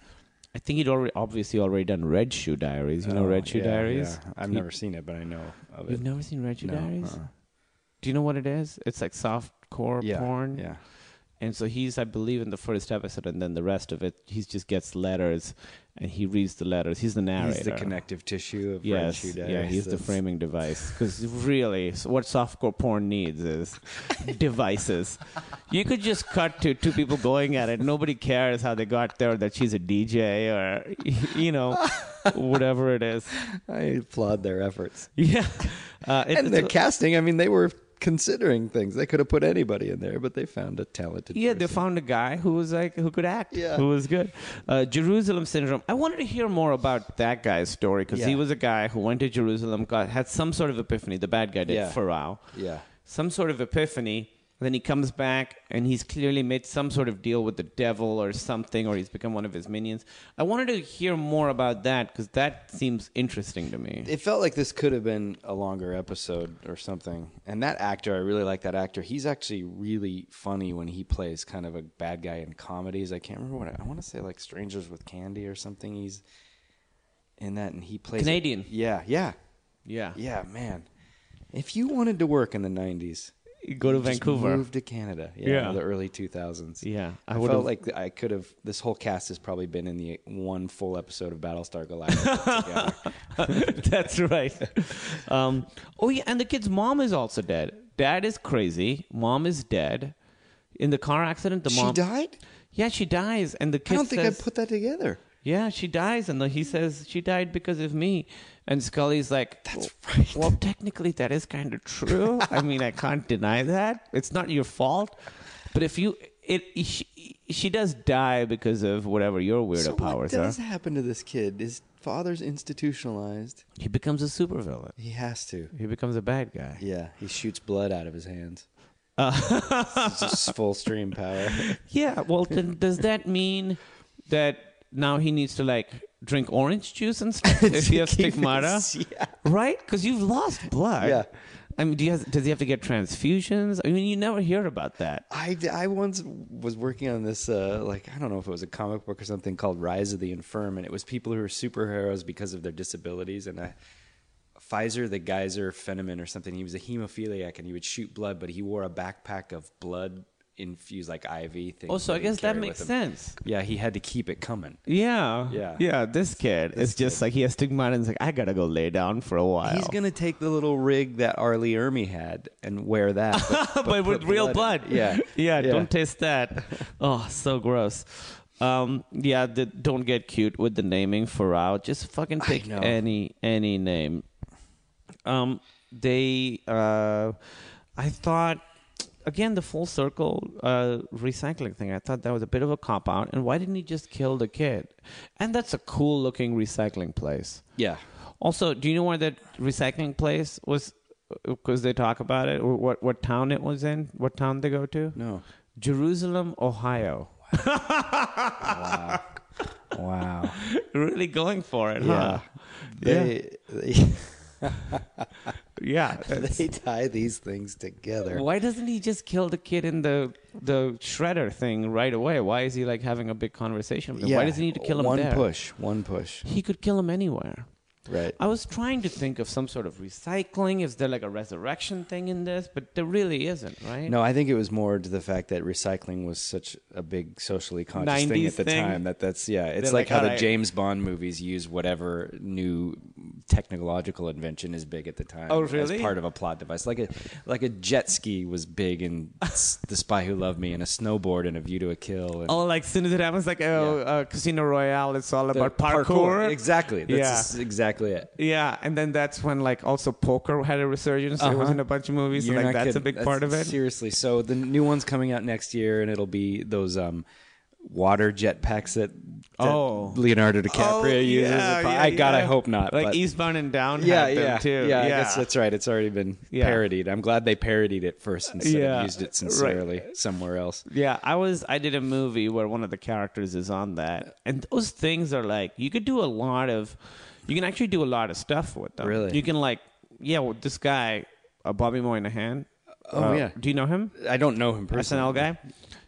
I think he'd already obviously already done Red Shoe Diaries. You know Red Shoe Oh, yeah, Diaries? yeah. I've He- never seen it, but I know of it. You've never seen Red Shoe No, Diaries? uh-uh. Do you know what it is? It's like soft core Yeah, porn. yeah. And so he's, I believe, in the first episode, and then the rest of it, he just gets letters, and he reads the letters. He's the narrator. He's the connective tissue of Red Yes, Shoe Diaries. yeah, he's the That's- framing device. Because really, so what softcore porn needs [laughs] is devices. You could just cut to two people going at it. Nobody cares how they got there, that she's a DJ or, [laughs] you know, whatever it is. [laughs] [laughs] I applaud their efforts. Yeah. Uh, it- and the it's- casting, I mean, they were considering things. They could have put anybody in there, but they found a talented yeah, they found a guy who was like who could act, Yeah. who was good. Uh, Jerusalem syndrome. I wanted to hear more about that guy's story because he Yeah. was a guy who went to Jerusalem, got had some sort of epiphany. The bad guy did, Yeah. Farrell. Yeah. some sort of epiphany. Then he comes back and he's clearly made some sort of deal with the devil or something, or he's become one of his minions. I wanted to hear more about that because that seems interesting to me. It felt like this could have been a longer episode or something. And that actor, I really like that actor. He's actually really funny when he plays kind of a bad guy in comedies. I can't remember what I, I want to say, like Strangers with Candy or something. He's in that, and he plays Canadian. yeah, yeah, yeah. yeah, man. If you wanted to work in the '90s, Go to just Vancouver. move to Canada. Yeah, Yeah. or the early 2000s. Yeah, I I, would've- felt like I could have. This whole cast has probably been in the one full episode of Battlestar [laughs] Galactica together. That's right. Um, oh yeah, and the kid's mom is also dead. Dad is crazy. Mom is dead. In the car accident, the She mom died? Yeah, she dies, and the kid I don't think says, I put that together. "Yeah, she dies," and the, he says she died because of me. And Scully's like, "That's right." Well, [laughs] technically, that is kind of true. I mean, I can't deny that. It's not your fault, but if you it she, she does die because of whatever your weirdo so powers what are. does happen to this kid? His father's institutionalized. He becomes a supervillain. He has to. He becomes a bad guy. Yeah, he shoots blood out of his hands. Uh, it's [laughs] just full stream power. Yeah, well, then does that mean that now he needs to like drink orange [laughs] juice and stuff if he has Keep stigmata, his- [laughs] yeah. right? Because you've lost blood. Yeah. I mean, do you have, does he have to get transfusions? I mean, you never hear about that. I, I once was working on this, uh, like, I don't know if it was a comic book or something called Rise of the Infirm, and it was people who were superheroes because of their disabilities. And I, Pfizer, the geyser Fenneman or something, he was a hemophiliac and he would shoot blood, but he wore a backpack of blood infused, like IV things. Oh, so that I he'd guess that carry makes with him. sense. Yeah, he had to keep it coming. Yeah. Yeah. Yeah. This kid is just like he has stigmata and he's like, I gotta go lay down for a while. He's going to take the little rig that Arlie Ermy had and wear that. But, [laughs] but, with put real blood blood. in. Yeah. [laughs] yeah, Yeah. Don't taste that. Oh, so gross. Um, yeah, the, don't get cute with the naming for out. Just fucking pick know. any any name. Um, they. Uh, I thought again the full circle uh, recycling thing. I thought that was a bit of a cop out. And why didn't he just kill the kid? And that's a cool looking recycling place. yeah. Also, do you know where that recycling place was? Because they talk about it, or what what town it was in? What town they go to? No. Jerusalem, Ohio. Wow. really going for it, huh? Yeah. [laughs] They, they, Yeah. [laughs] they tie these things together. Why doesn't he just kill the kid in the the shredder thing right away? Why is he like having a big conversation with him? Why does he need to kill him One there? push. One push. He could kill him anywhere. Right. I was trying to think of some sort of recycling. Is there like a resurrection thing in this? But there really isn't, right? No, I think it was more to the fact that recycling was such a big socially conscious thing 90s at the thing. time that that's yeah, it's They're like, like, how "All the right." James Bond movies use whatever new technological invention is big at the time. Oh, As really? part of a plot device, like a like a jet ski was big in s- The Spy Who Loved Me, and a snowboard and A View to a Kill. And Oh, like soon as it happens, like oh, uh, Casino Royale, it's all the about parkour. Exactly. That's yeah. just exactly it. yeah, and then that's when like also poker had a resurgence. It was in a bunch of movies, so Uh-huh. You're like not that's a kidding. big That's- part of it. Seriously. So the new one's coming out next year, and it'll be those um, water jet packs that, that Oh. Leonardo DiCaprio Oh, uses. yeah, If I, yeah, I- God, I yeah. hope not. Like but- Eastbound and Down. yeah, had them yeah, too. yeah, I guess that's right. It's already been Yeah. parodied. I'm glad they parodied it first instead Yeah, of used it sincerely somewhere else. Yeah, I was. I did a movie where one of the characters is on that, and those things are like you could do a lot of, you can actually do a lot of stuff with them. Really? you can like, yeah, well, this guy, uh, Bobby Moynihan. Oh, yeah. do you know him? I don't know him personally. SNL guy.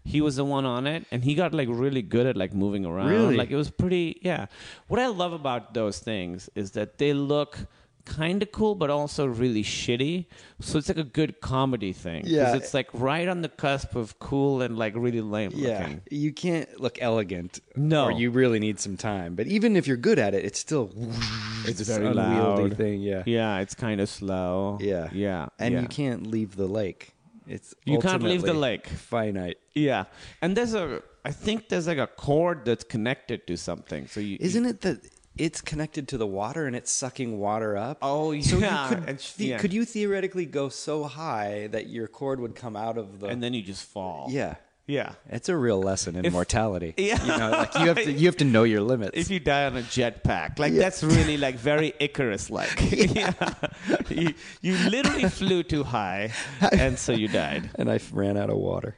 He was the one on it, and he got like really good at like moving around. Really? Like it was pretty. Yeah. What I love about those things is that they look kind of cool, but also really shitty. So it's like a good comedy thing. 'cause Yeah. It's like right on the cusp of cool and like really lame Yeah, looking. you can't look elegant. No. or you really need some time. But even if you're good at it, it's still It's this very unwieldy loud. thing. Yeah, Yeah. It's kind of slow. yeah, Yeah. And yeah. you can't leave the lake. It's You can't leave the ultimately lake. Finite. Yeah, and there's a I think there's like a cord that's connected to something. So you Isn't it that it's connected to the water and it's sucking water up? Oh, So yeah, you could, it's- the- yeah. could you theoretically go so high that your cord would come out of the? and then you just fall. yeah, yeah. it's a real lesson in mortality. Yeah. you know, like you have to you have to know your limits. If you die on a jetpack, like that's really like very Icarus like. [laughs] [laughs] yeah. you, you literally flew too high, and so you [laughs] died. [laughs] and I f- ran out of water.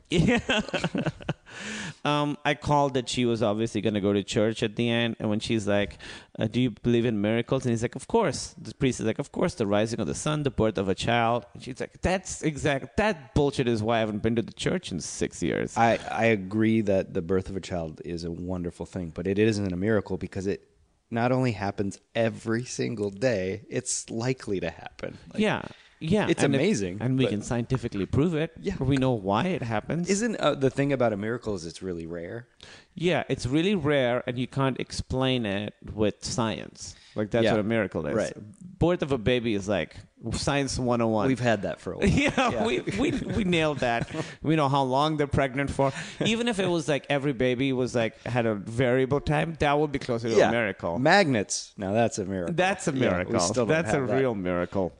Um, I called that she was obviously going to go to church at the end. And when she's like, uh, Do you believe in miracles? And he's like, Of course. The priest is like, Of course, the rising of the sun, the birth of a child. And she's like, That's exact. That bullshit is why I haven't been to the church in six years. I, I agree that the birth of a child is a wonderful thing, but it isn't a miracle because it not only happens every single day, it's likely to happen. Like, yeah. Yeah. It's and if- amazing, and we but- can scientifically prove it. Yeah. We know why it happens. Isn't uh, the thing about a miracle is it's really rare? yeah. It's really rare, and you can't explain it with science. Like, that's Yeah. what a miracle is. Right. Birth of a baby is like science 101. We've had that [laughs] for a while. Yeah, We, we we nailed that. we know how long they're pregnant for. Even if it was like every baby was like had a variable time, that would be closer to a miracle. Magnets. Now that's a miracle. That's a Yeah, we miracle. still don't That's a have that. real miracle.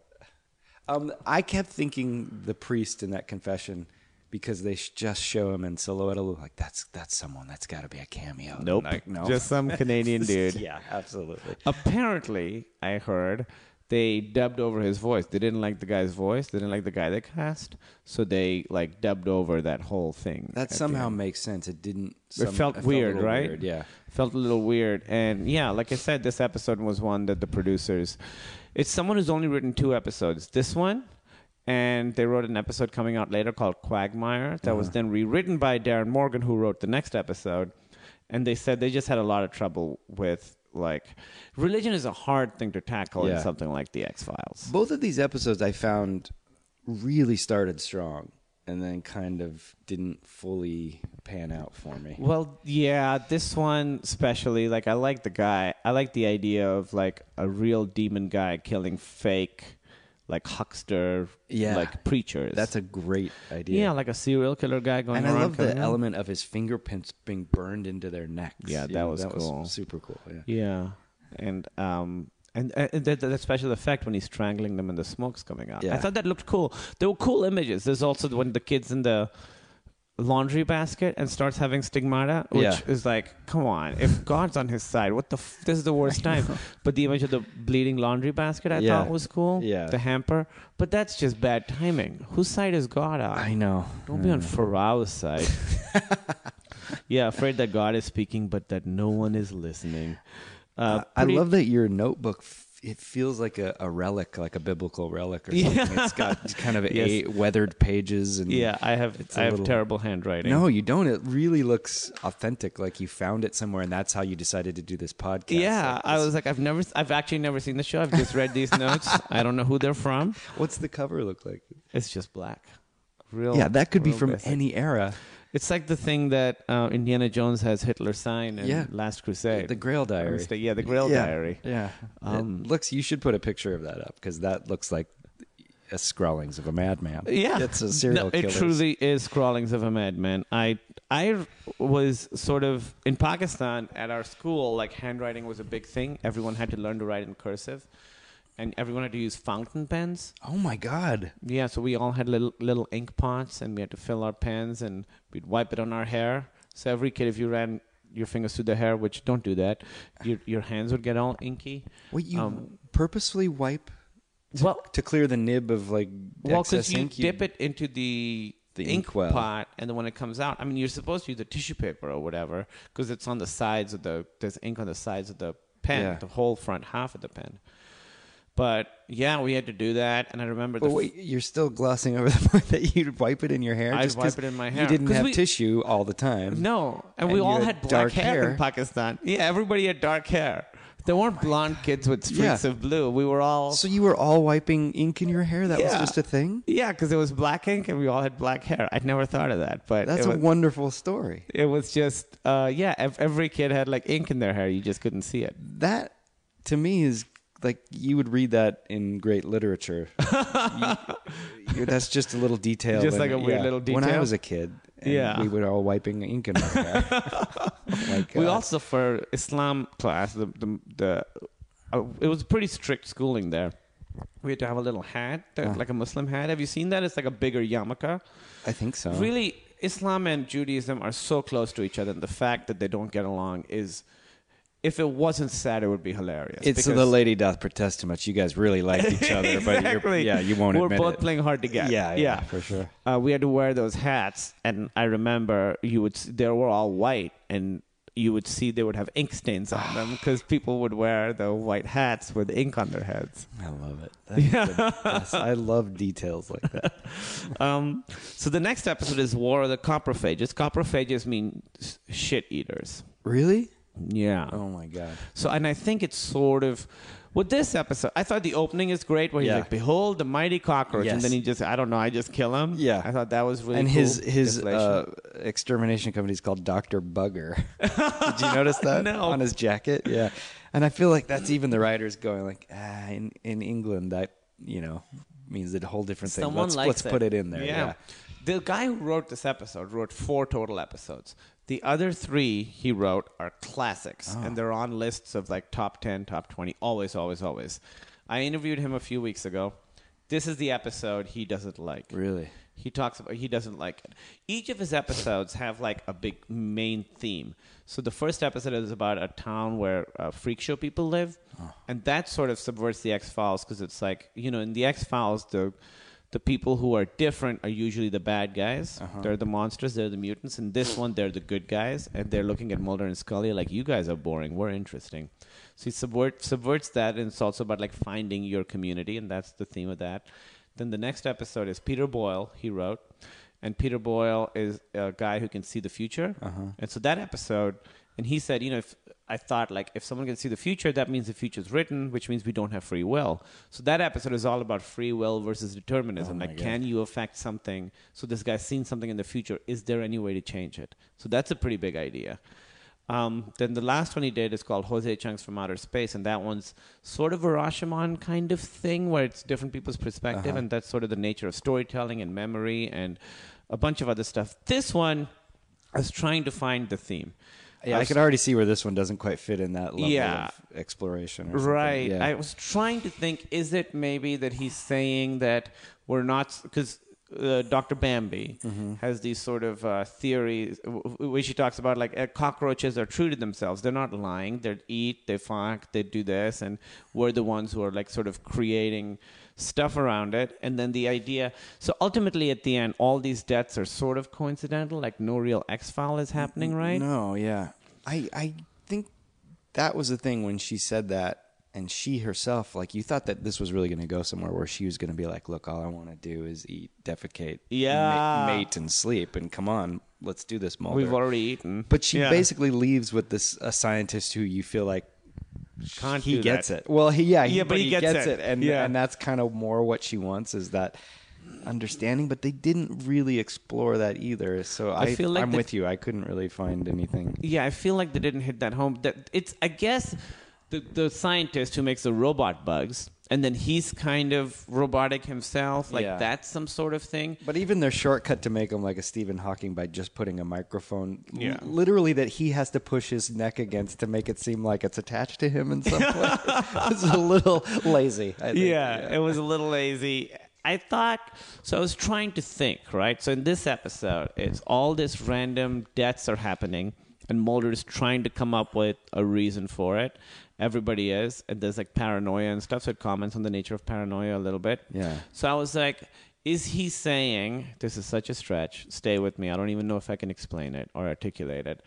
Um, I kept thinking the priest in that confession because they sh- just show him in silhouette. a little, Like that's that's someone. That's got to be a cameo. Nope. Like, no. Just [laughs] some Canadian dude. yeah, absolutely. [laughs] Apparently, I heard they dubbed over his voice. They didn't like the guy's voice. They didn't like the guy they cast, so they like dubbed over that whole thing. at That the somehow makes sense. It didn't. It some- felt I a weird, little right? weird, Yeah. Felt a little weird. And yeah, like I said, this episode was one that the producers, it's someone who's only written two episodes. This one, and they wrote an episode coming out later called Quagmire that Uh-huh. was then rewritten by Darren Morgan, who wrote the next episode. And they said they just had a lot of trouble with, like, religion is a hard thing to tackle Yeah. in something like The X Files. Both of these episodes I found really started strong and then kind of didn't fully pan out for me. Well, yeah, this one especially, like I like the guy. I like the idea of like a real demon guy killing fake like huckster Yeah. like preachers. That's a great idea. yeah, like a serial killer guy going and I around love the killing them. element of his fingerprints being burned into their necks. Yeah, You that know, was cool. super cool. Yeah. Yeah. And um and, and that, that special effect when he's strangling them and the smoke's coming out. I Yeah. thought that looked cool. There were cool images. There's also the- when the kids in the laundry basket and starts having stigmata, which Yeah. is like, come on, if God's on his side, what the? F- this is [laughs] the worst time. But the image of the bleeding laundry basket I Yeah. thought was cool. Yeah. the hamper. But that's just bad timing. Whose side is God on? I know. Don't be Hmm. on Pharaoh's [laughs] side. yeah, afraid that God is speaking, but that no one is listening. Uh, I pretty- love that your notebook. f- It feels like a, a relic, like a biblical relic [laughs] or something. It's got kind of Yes. eight weathered pages and Yeah, I have It's a I have little- terrible handwriting. No, you don't. It really looks authentic, like you found it somewhere, and that's how you decided to do this podcast. Yeah, Like I this- was like, I've never, I've actually never seen the show. I've just read these notes. I don't know who they're from. What's the cover look like? It's just black. Real. Yeah, that could be real from basic. any era. It's like the thing that uh, Indiana Jones has Hitler sign in Yeah. Last Crusade. The Grail Diary. Yeah, the Grail yeah. Diary. Yeah. Um, it looks. You should put a picture of that up because that looks like a scrawlings of a madman. Yeah, it's a serial [laughs] No, killer. It truly is crawlings of a madman. I I was sort of in Pakistan at our school. Like handwriting was a big thing. Everyone had to learn to write in cursive, and everyone had to use fountain pens. Oh my god. Yeah, so we all had little little ink pots, and we had to fill our pens, and we'd wipe it on our hair. So every kid, if you ran your fingers through the hair, which don't do that, your your hands would get all inky. Wait, you Um, purposefully wipe well, to clear the nib of like Well, excess because you ink? dip it into the, The ink inkwell. pot, and then when it comes out, I mean, you're supposed to use the tissue paper or whatever because it's on the sides of the there's ink on the sides of the pen, Yeah. the whole front half of the pen. But yeah, we had to do that, and I remember the But wait, you're still glossing over the [laughs] point that you'd wipe it in your hair. I'd just 'cause wipe it in my You hair. didn't 'Cause have we- tissue all the time. No, and, we you all had had black dark hair, hair. Oh in Pakistan. Yeah, everybody had dark hair. There weren't blonde kids with streaks Yeah. of blue. We were all So you were all wiping ink in your hair. That was Yeah. just a thing. yeah, because it was black ink, and we all had black hair. I'd never thought of that, but That's it a was, wonderful story. It was just uh, yeah, ev- every kid had like ink in their hair. You just couldn't see it. That to me is like you would read that in great [laughs] literature. You- you- that's just a little detail. Just in- like a weird little When I detail? was a kid, and Yeah. we were all wiping ink in our hair. [laughs] Like, We uh, also for Islam class, the the, the uh, it was pretty strict schooling there. We had to have a little hat, that, Ah. like a Muslim hat. Have you seen that? It's like a bigger yarmulke. I think so. Really, Islam and Judaism are so close to each other, and the fact that they don't get along is, if it wasn't sad, it would be hilarious. It's because- the lady doth protest too much. You guys really like each other, [laughs] but you're, Exactly. yeah, you won't We're admit both it. playing hard to get. Yeah, yeah, yeah. for sure. uh, we had to wear those hats, and I remember you would s- they were all white, and you would see they would have ink stains on [sighs] them because people would wear the white hats with ink on their heads. I love it. That's the best. I love details like [laughs] that. Um, so the next episode is War of the Coprophages. Coprophages mean s- shit eaters. Really? Yeah. Oh my god. So, and I think it's sort of with this episode. I thought the opening is great, where he's Yeah. like, "Behold the mighty cockroach," and Yes. then he just, I don't know, I just kill him. Yeah. I thought that was really and cool. his his Deflation. uh, extermination company is called Doctor [laughs] Bugger. Did you notice that No. on his jacket? Yeah, and I feel like that's even the writers going like, ah, in in England that you know means a whole different thing. someone let's, likes let's put it in there. Yeah. The guy who wrote this episode wrote four total episodes. The other three he wrote are classics, Oh. and they're on lists of like top 10, top 20, always, always, always. I interviewed him a few weeks ago. This is the episode he doesn't like. Really? He talks about he doesn't like it. Each of his episodes have like a big main theme. So the first episode is about a town where uh, freak show people live, and that sort of subverts the X Files because it's like you know in the X Files the the people who are different are usually the bad guys. They're the monsters. They're the mutants. In this one, they're the good guys, and they're looking at Mulder and Scully like, "You guys are boring. We're interesting." So he subvert, subverts that, and it's also about like finding your community, and that's the theme of that. Then the next episode is Peter Boyle. He wrote, and Peter Boyle is a guy who can see the future, and so that episode, and he said, you know, if I thought like if someone can see the future, that means the future is written, which means we don't have free will. So that episode is all about free will versus determinism. like, can you affect something? So this guy's seen something in the future. Is there any way to change it? So that's a pretty big idea. Um, then the last one he did is called Jose Chunks from Outer Space, and that one's sort of a Rashomon kind of thing where it's different people's perspective, Uh-huh. and that's sort of the nature of storytelling and memory and a bunch of other stuff. This one, I was trying to find the theme. Yeah, I was- could already see where this one doesn't quite fit in that level Yeah. of exploration. Or something. Right. Yeah. I was trying to think is it maybe that he's saying that we're not because uh, Dr. Bambi Mm-hmm. has these sort of uh, theories w- w- which she talks about like uh, cockroaches are true to themselves. They're not lying. They eat, they fuck, they do this, and we're the ones who are like sort of creating stuff around it. And then the idea so ultimately at the end, all these deaths are sort of coincidental, like no real X file is happening, right? No, yeah. I I think that was the thing when she said that and she herself like you thought that this was really going to go somewhere where she was going to be like, "Look, all I want to do is eat, defecate, Yeah. ma- mate and sleep and come on, let's do this, Mulder." We've already eaten. But she Yeah. basically leaves with this a scientist who you feel like Can't he do gets that. it. Well, he yeah, he, Yeah, but he gets it. and Yeah. and that's kind of more what she wants is that understanding. But they didn't really explore that either. So I, feel like I'm the- with you. I couldn't really find anything. yeah, I feel like they didn't hit that home. That it's I guess the the scientist who makes the robot bugs and then he's kind of robotic himself. Like Yeah. that's some sort of thing. But even their shortcut to make him like a Stephen Hawking by just putting a microphone, l- Yeah. literally that he has to push his neck against to make it seem like it's attached to him [laughs] in some way. it's a little lazy. I think. yeah, it was a little lazy. I thought so. I was trying to think, right? So in this episode, it's all this random deaths are happening, and Mulder is trying to come up with a reason for it. Everybody is, and there's like paranoia and stuff. So it comments on the nature of paranoia a little bit. Yeah. So I was like, is he saying this is such a stretch? Stay with me. I don't even know if I can explain it or articulate it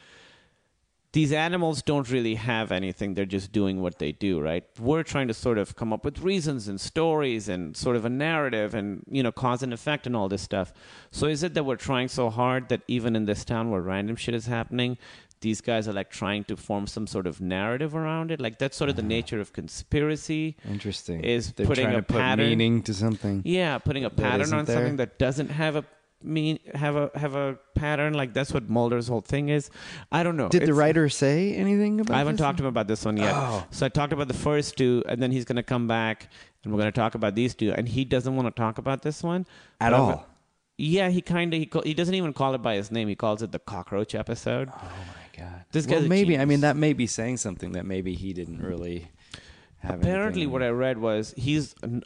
these animals don't really have anything. They're just doing what they do, right? We're trying to sort of come up with reasons and stories and sort of a narrative and, you know, cause and effect and all this stuff. So is it that we're trying so hard that even in this town where random shit is happening, these guys are like trying to form some sort of narrative around it? Like that's sort of the nature of conspiracy. Uh-huh. Interesting. Is They're putting trying a to put pattern meaning to something. Yeah, putting a that pattern isn't on there. something that doesn't have a mean have a have a pattern like that's what Mulder's whole thing is. I don't know. Did the It's- writer say anything about? I haven't this? talked to him about this one yet. Oh. So I talked about the first two, and then he's going to come back, and we're going to talk about these two. And he doesn't want to talk about this one At But I'm- all? Yeah, he kind of he, call- he doesn't even call it by his name. He calls it the cockroach episode. Oh my god! This Well, guy's a maybe. I mean, that may be saying something that maybe he didn't really have. Apparently, what I read was he's n-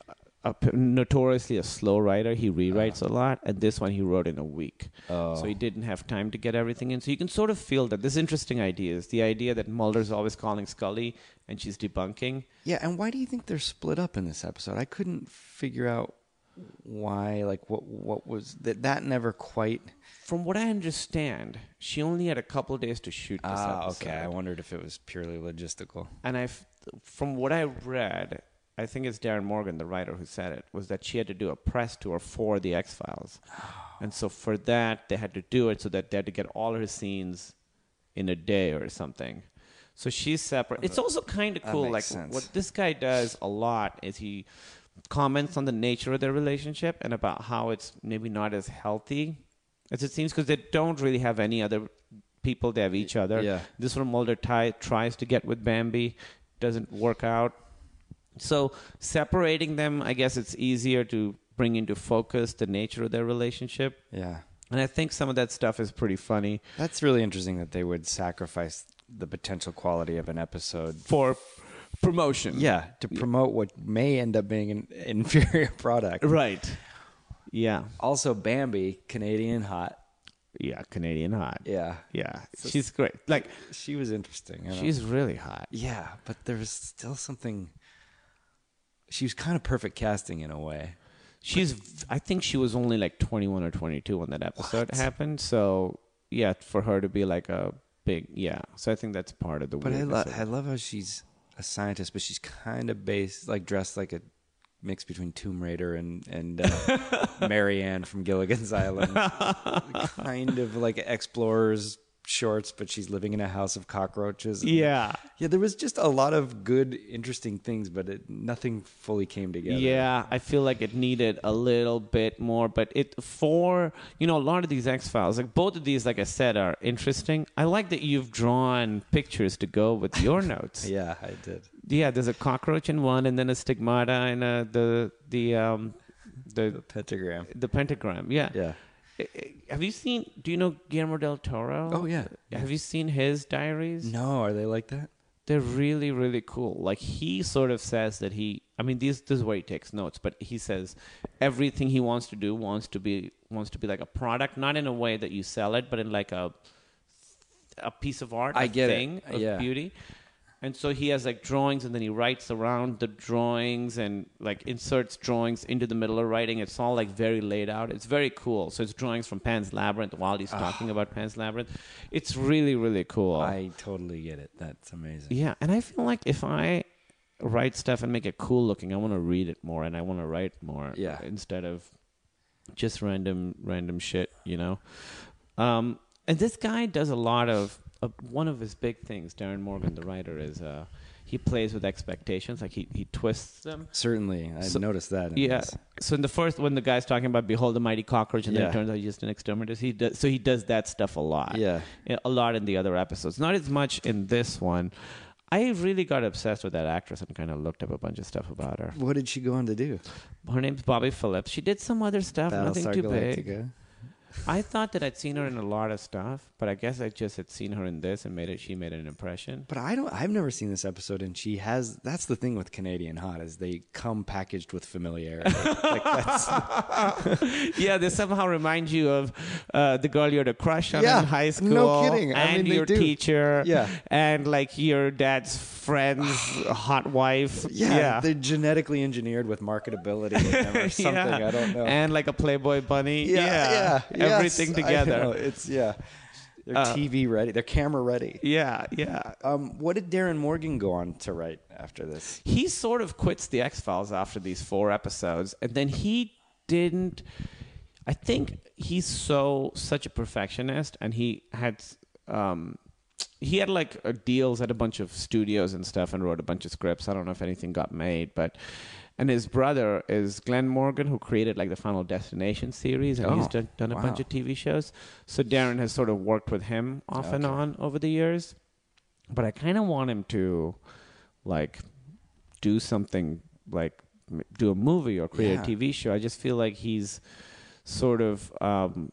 a, notoriously a slow writer. He Uh. rewrites a lot, and this one he wrote in a week, so Oh. he didn't have time to get everything in. So you can sort of feel that this interesting idea is the idea that Mulder's always calling Scully, and she's debunking. Yeah, and why do you think they're split up in this episode? I couldn't figure out why. Like, what what was that? That never quite. From what I understand, she only had a couple days to shoot this Ah, episode. okay. I wondered if it was purely logistical. and I, f- from what I read, I think it's Darren Morgan, the writer who said it, was that she had to do a press tour for the X [sighs] Files, and so for that they had to do it so that they had to get all her scenes in a day or something. So she's separate. It's also kind of That cool. makes Like sense. what this guy does a lot is he comments on the nature of their relationship and about how it's maybe not as healthy as it seems because they don't really have any other people. They have each other. Yeah. This one Mulder ty- tries to get with Bambi, doesn't work out. So separating them, I guess it's easier to bring into focus the nature of their relationship. Yeah, And I think some of that stuff is pretty funny that's really interesting that they would sacrifice the potential quality of an episode. for promotion. Yeah, to promote what may end up being an [laughs] inferior product. Right. Yeah. Also, Bambi, Canadian hot. Yeah. Canadian hot. Yeah, Yeah. She's great. Like, she was interesting. I don't- she's really hot. Yeah, but there was still something. She was kind of perfect casting in a way. She's, v- I think she was only like 21 or 22 when that episode happened. So, yeah, for her to be like a big, yeah. So I think that's part of the But I, weirdness lo- of it. I love how she's a scientist, but she's kind of based, like dressed like a mix between Tomb Raider and and [laughs] uh, Marianne from Gilligan's Island. kind of like explorer's shorts, but she's living in a house of cockroaches. And- Yeah. yeah. There was just a lot of good, interesting things, but it, nothing fully came together. Yeah, I feel like it needed a little bit more, but it for you know a lot of these X Files, like both of these, like I said, are interesting. I like that you've drawn pictures to go [laughs] with your notes. yeah, I did. Yeah, there's a cockroach in one, and then a stigmata and uh the the um the Pentagram. the pentagram. Yeah. Yeah. Eh, eh, Have you seen? Do you know Guillermo del Toro? Oh, yeah. Have you seen his diaries? No, are they like that? they're really really cool like he sort of says that he i mean these this is where he takes notes but he says everything he wants to do wants to be wants to be like a product not in a way that you sell it but in like a a piece of art I a get it. thing of Yeah. beauty and so he has like drawings and then he writes around the drawings and like inserts drawings into the middle of writing it's all like very laid out it's very cool so it's drawings from pan's labyrinth while he's talking about pan's labyrinth it's really really cool Ah. I totally get it. That's amazing. yeah, and I feel like if I write stuff and make it cool looking, I want to read it more and I want to write more. Yeah. Instead of just random random shit, you know. Um, and this guy does a lot of uh, one of his big things. Darren Morgan, the writer, is uh, he plays with expectations, like he he twists them. Certainly, I So- noticed that. in Yeah. this. So in the first, when the guy's talking about "Behold the mighty cockroach," and then Yeah. it turns out he's just an exterminator. He does, so he does that stuff a lot. Yeah. Yeah, a lot in the other episodes. Not as much in this one. I really got obsessed with that actress and kind of looked up a bunch of stuff about her. What did she go on to do? Her name's Bobby Phillips. She did some other [laughs] stuff, nothing Battlestar too big. Galactica. I thought that I'd seen her in a lot of stuff, but I guess I just had seen her in this and made it. She made an impression. But I don't. I've never seen this episode, and she has. That's the thing with Canadian hot is they come packaged with familiarity. like [laughs] that's, yeah, they somehow remind you of uh, the girl you had a crush on Yeah, in high school. no kidding. I And mean, they your do. teacher. Yeah. And like your [sighs] dad's friend's hot wife. yeah, they're genetically enginered with marketability in them or something. [laughs] Yeah. I don't know. And like a Playboy bunny. Yeah. yes, Everything I know, together. Uh, It's yeah. They're TV ready. They're camera ready. Yeah, yeah. Um, what did Darren Morgan go on to write after this? he sort of quits the X Files after these four episodes, and then he didn't. I think he's so such a perfectionist, and he had um, he had like uh, deals at a bunch of studios and stuff, and wrote a bunch of scripts. I don't know if anything got made, but and his brother is Glenn Morgan, who created like the Final Destination series, and he's Oh, done, done a wow. bunch of TV shows. So Darren has sort of worked with him off and on over the years but I kind of want him to like do something like m- do a movie or create Yeah. a TV show. I just feel like he's sort of um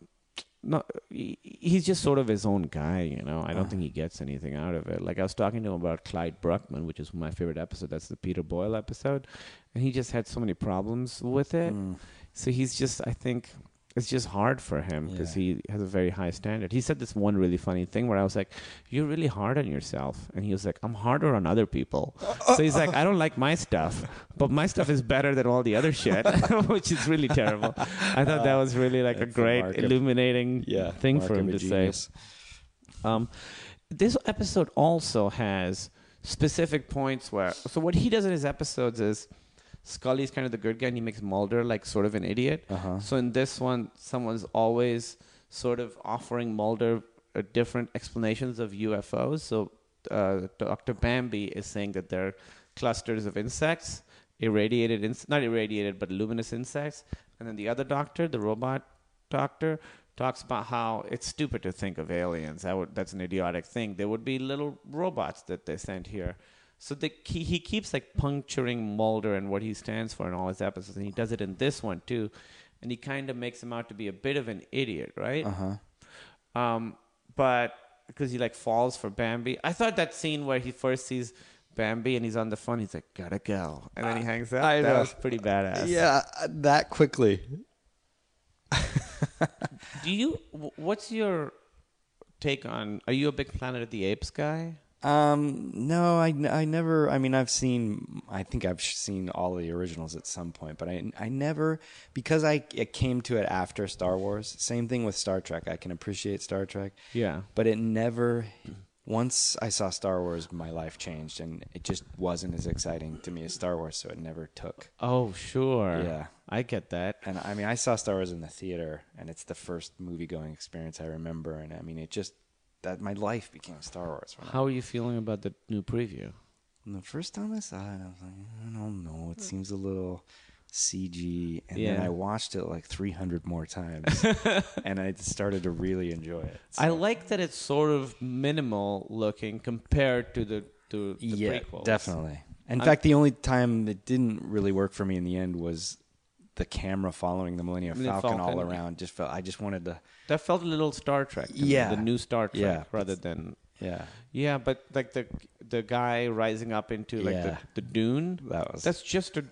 not he- he's just sort of his own guy, you know. I Ah. don't think he gets anything out of it. Like I was talking to him about Clyde Bruckman, which is my favorite episode. That's the Peter Boyle episode, and he just had so many problems with it. Hmm. So he's just I think it's just hard for him because Yeah. he he has a very high standard. He said this one really funny thing where I was like, "You're really hard on yourself," and he was like, "I'm harder on other people." So he's like, "I don't like my stuff, but my stuff is better than all the other shit," [laughs] which is really terrible. I thought that was really like Ah, a That's the great mark of- illuminating thing Mark for of him a to say. genius. Um, this episode also has specific points where. So what he does in his episodes is. Scully's kind of the good guy, and he makes Mulder like sort of an idiot. Uh-huh. So in this one, someone's always sort of offering Mulder uh, different explanations of UFOs. So uh, Dr. Bambi is saying that they're clusters of insects, irradiated, ins- not irradiated, but luminous insects. And then the other doctor, the robot doctor talks about how it's stupid to think of aliens. That would, that's an idiotic thing. There would be little robots that they sent here. So the, he, he keeps like puncturing Mulder and what he stands for in all his episodes, and he does it in this one too. And he kind of makes him out to be a bit of an idiot, right? Uh huh. Um, but because he like falls for Bambi, I thought that scene where he first sees Bambi and he's on the phone, he's like, "Gotta go," and then he hangs up. I that know. was pretty badass. Yeah, that quickly. Do you? wh- What's your take on? Are you a big Planet of the Apes guy? Um, no, I, I never. I mean, I've seen. I think I've sh- seen all the originals at some point, but I I never because I it came to it after Star Wars. Same thing with Star Trek. I can appreciate Star Trek. Yeah. but it never. Once I saw Star Wars, my life changed, and it just wasn't as exciting to me as Star Wars, so it never took. Oh, sure. Yeah. I get that. And I mean, I saw Star Wars in the theater, and it's the first movie going experience I remember. And I mean, it just that my life became Star Wars. When I How are you feeling about the new preview? And the first time I saw it, I was like, I don't know. It seems a little CG. And then Hmm. Yeah. I watched it like 300 more [laughs] times. and I started to really enjoy it. I like that it's sort of minimal looking compared to the to the prequels. definitely. In fact, the only time that didn't really work for me in the end was the camera following the Millennium Millennium Falcon, all Falcon. around. Just felt I just wanted to. That felt a little Star Trek. to me, Yeah. the new Star Trek Yeah. rather than Yeah. yeah, but like the the guy rising up into like Yeah. the, the dune. That was- that's just a.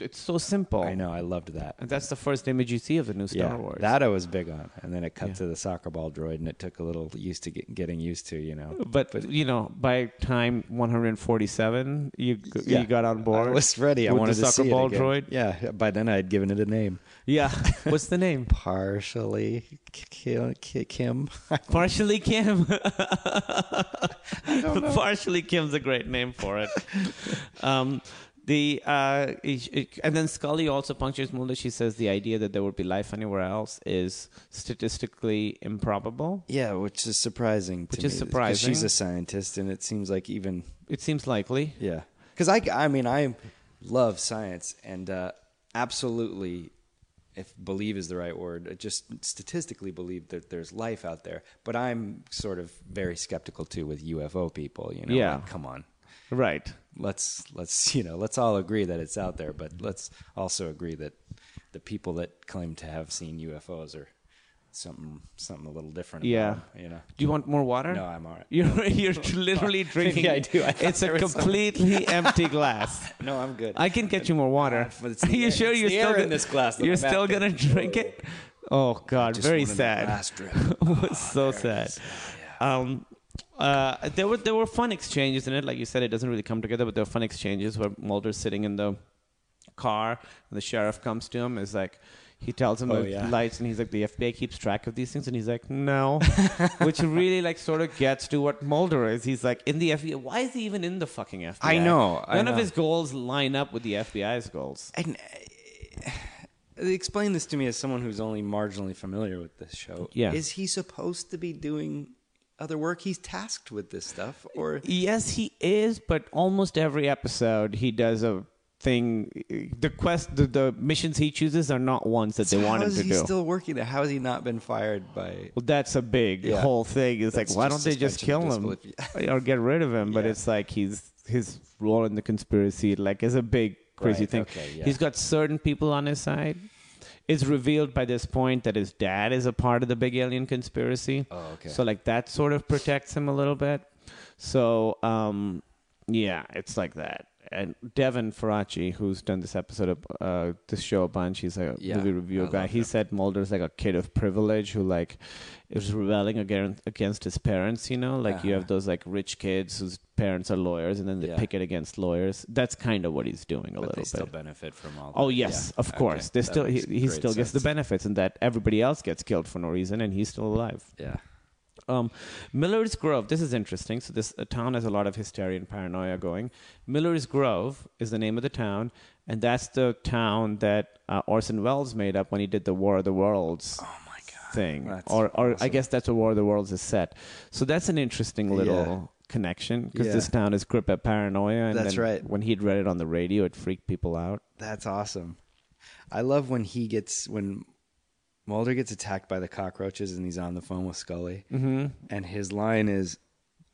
It's so simple. I know. I loved that. And that's the first image you see of the new Star yeah, Wars. that I was big on, and then it cut to the soccer ball droid, and it took a little used to get, getting used to, you know. but, you know, by time 147, you you got on board. I was ready. I with wanted to the soccer see ball it again. droid. Yeah, by then I had given it a name. Yeah. What's the [laughs] name? Partially K- K- K- Kim. [laughs] Partially Kim. Partially Kim's a great name for [laughs] it. um, the uh, it- it- and then Scully also punctures Mulder. She says the idea that there would be life anywhere else is statistically improbable. yeah, which is surprising. Which to is me, 'cause surprising. She's a scientist, and it seems like even It seems likely. yeah. Because I, I mean, I love science, and uh, absolutely, if believe is the right word, I just statistically believe that there's life out there. But I'm sort of very skeptical too with UFO people. You know, Yeah. like, come on. Right. let's let's [laughs] you know let's all agree that it's out there, but let's also agree that the people that claim to have seen UFOs are something something a little different. about Yeah. them, you know. Do you want more water? No, I'm all right. [laughs] You're you're [laughs] literally drinking. I do. I thought it's a there was some- [laughs] completely empty glass. No, I'm good. I can get you more [laughs] water. But it's the [laughs] you air- sure it's you're the still air in gonna, this glass that You're I'm still after. gonna drink it? Oh God, Just very wanted a sad. [laughs] glass [laughs] drip. was so sad. Um, uh, there were there were fun exchanges in it. Like you said, it doesn't really come together, but there were fun exchanges where Mulder's sitting in the car and the sheriff comes to him is like, He tells him Oh, the yeah. lights, and he's like, the FBI keeps track of these things, and he's like, [laughs] no, which really like sort of gets to what Mulder is. He's like in the FBI. Why is he even in the fucking FBI? I know, I None of know. his goals line up with the FBI's goals. And uh, Explain this to me as someone who's only marginally familiar with this show. Yeah. Is he supposed to be doing other work? He's tasked with this stuff, or Yes, he is, but almost every episode he does a thing. The quest, the, the missions he chooses are not ones that they So want how him is to he do. still working? How has he not been fired by? well, that's a big Yeah. whole thing. It's That's like, why don't just they just suspension kill of him [laughs] or get rid of him? But it's like he's his role in the conspiracy, like, is a big crazy Right, thing. okay, yeah. He's got certain people on his side. It's revealed by this point that his dad is a part of the big alien conspiracy. Oh, okay. So like that sort of protects him a little bit. So um, yeah, it's like that. And Devin Faraci, who's done this episode of uh, this show a bunch, he's a Yeah, movie review I guy. He said Mulder's like a kid of privilege who like is rebelling against against his parents. You know, like you have Uh-huh. those like rich kids whose parents are lawyers, and then they pick it against lawyers. That's kind of what he's doing a little they bit. still benefit from all Oh that. yes, Yeah. of Okay. course. They That still he, makes he great still gets the benefits, and that everybody else gets killed for no reason, and he's still alive. Yeah. Um, Miller's Grove. This is interesting. So this uh, town has a lot of hysteria and paranoia going. Miller's Grove is the name of the town, and that's the town that uh, Orson Welles made up when he did the War of the Worlds. Oh my god. Thing, or or I guess that's where War of the Worlds is set. So that's an interesting little connection because Yeah. this town is gripped by paranoia. And That's then right. When he'd read it on the radio, it freaked people out. That's awesome. I love when he gets when Mulder gets attacked by the cockroaches and he's on the phone with Scully, Mm-hmm. Mhm. and his line is,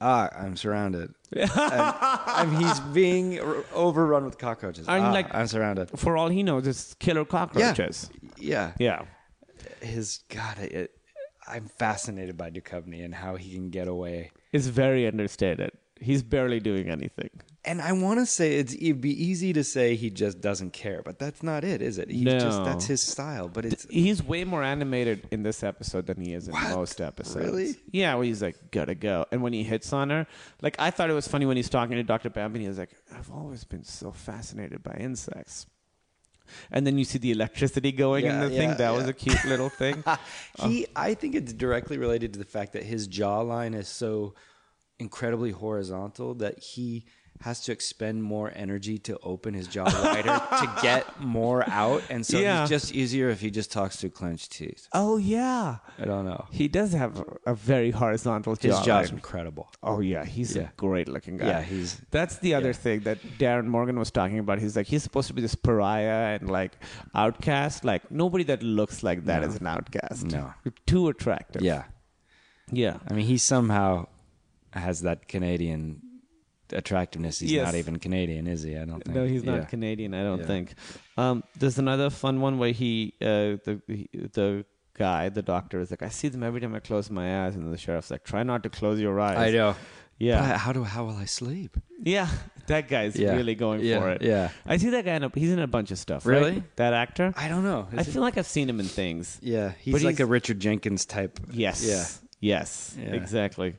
"Ah, I'm [laughs] surrounded." and, and he's being r- overrun with cockroaches. And "Ah, like, I'm surrounded. For all he knows, it's killer cockroaches. Yeah. Yeah. His God, it, it- I'm fascinated by Duchovny and how he can get away. It's very understated. He's barely doing anything. And I want to say it's, it'd be easy to say he just doesn't care, but that's not it, is it? He's just No. e, that's his style. But it's He's way more animated in this episode than he is in most episodes. Really? Yeah, where he's like, gotta go. And when he hits on her, like, I thought it was funny when he's talking to Dr. Bambi, he was like, I've always been so fascinated by insects. And then you see the electricity going in Yeah, the thing. yeah, That was yeah. a cute [laughs] little thing. he uh. i think it's directly related to the fact that his jawline is so incredibly horizontal that he has to expend more energy to open his jaw wider [laughs] to get more out and so Yeah. he's just easier if he just talks through clenched teeth Oh, yeah. i don't know He does have a, a very horizontal his jawline. jaw's incredible Oh yeah, he's Yeah. a great looking guy. Yeah, he's- That's the other thing that Darren Morgan was talking about. He's like he's supposed to be this pariah and like outcast. Like nobody that looks like that is an outcast. No. You're too attractive. yeah yeah i mean he somehow has that canadian attractiveness he's Yes. not even canadian is he i don't think No, he's not Yeah. Canadian. I don't Yeah. think. Um, there's another fun one where he, uh, the he- the guy, the doctor is like, I see them every time I close my eyes, and the sheriff's like, try not to close your eyes. I know. Yeah. [laughs] But how do how will i sleep Yeah, that guy's Yeah. really going Yeah, for it. yeah. I see that guy. In a, he's in a bunch of stuff. right? Really? That actor? I don't know. I Is it- feel like I've seen him in things. yeah he's But like a he's- richard jenkins type Yes. yeah Yes. Yeah. Exactly.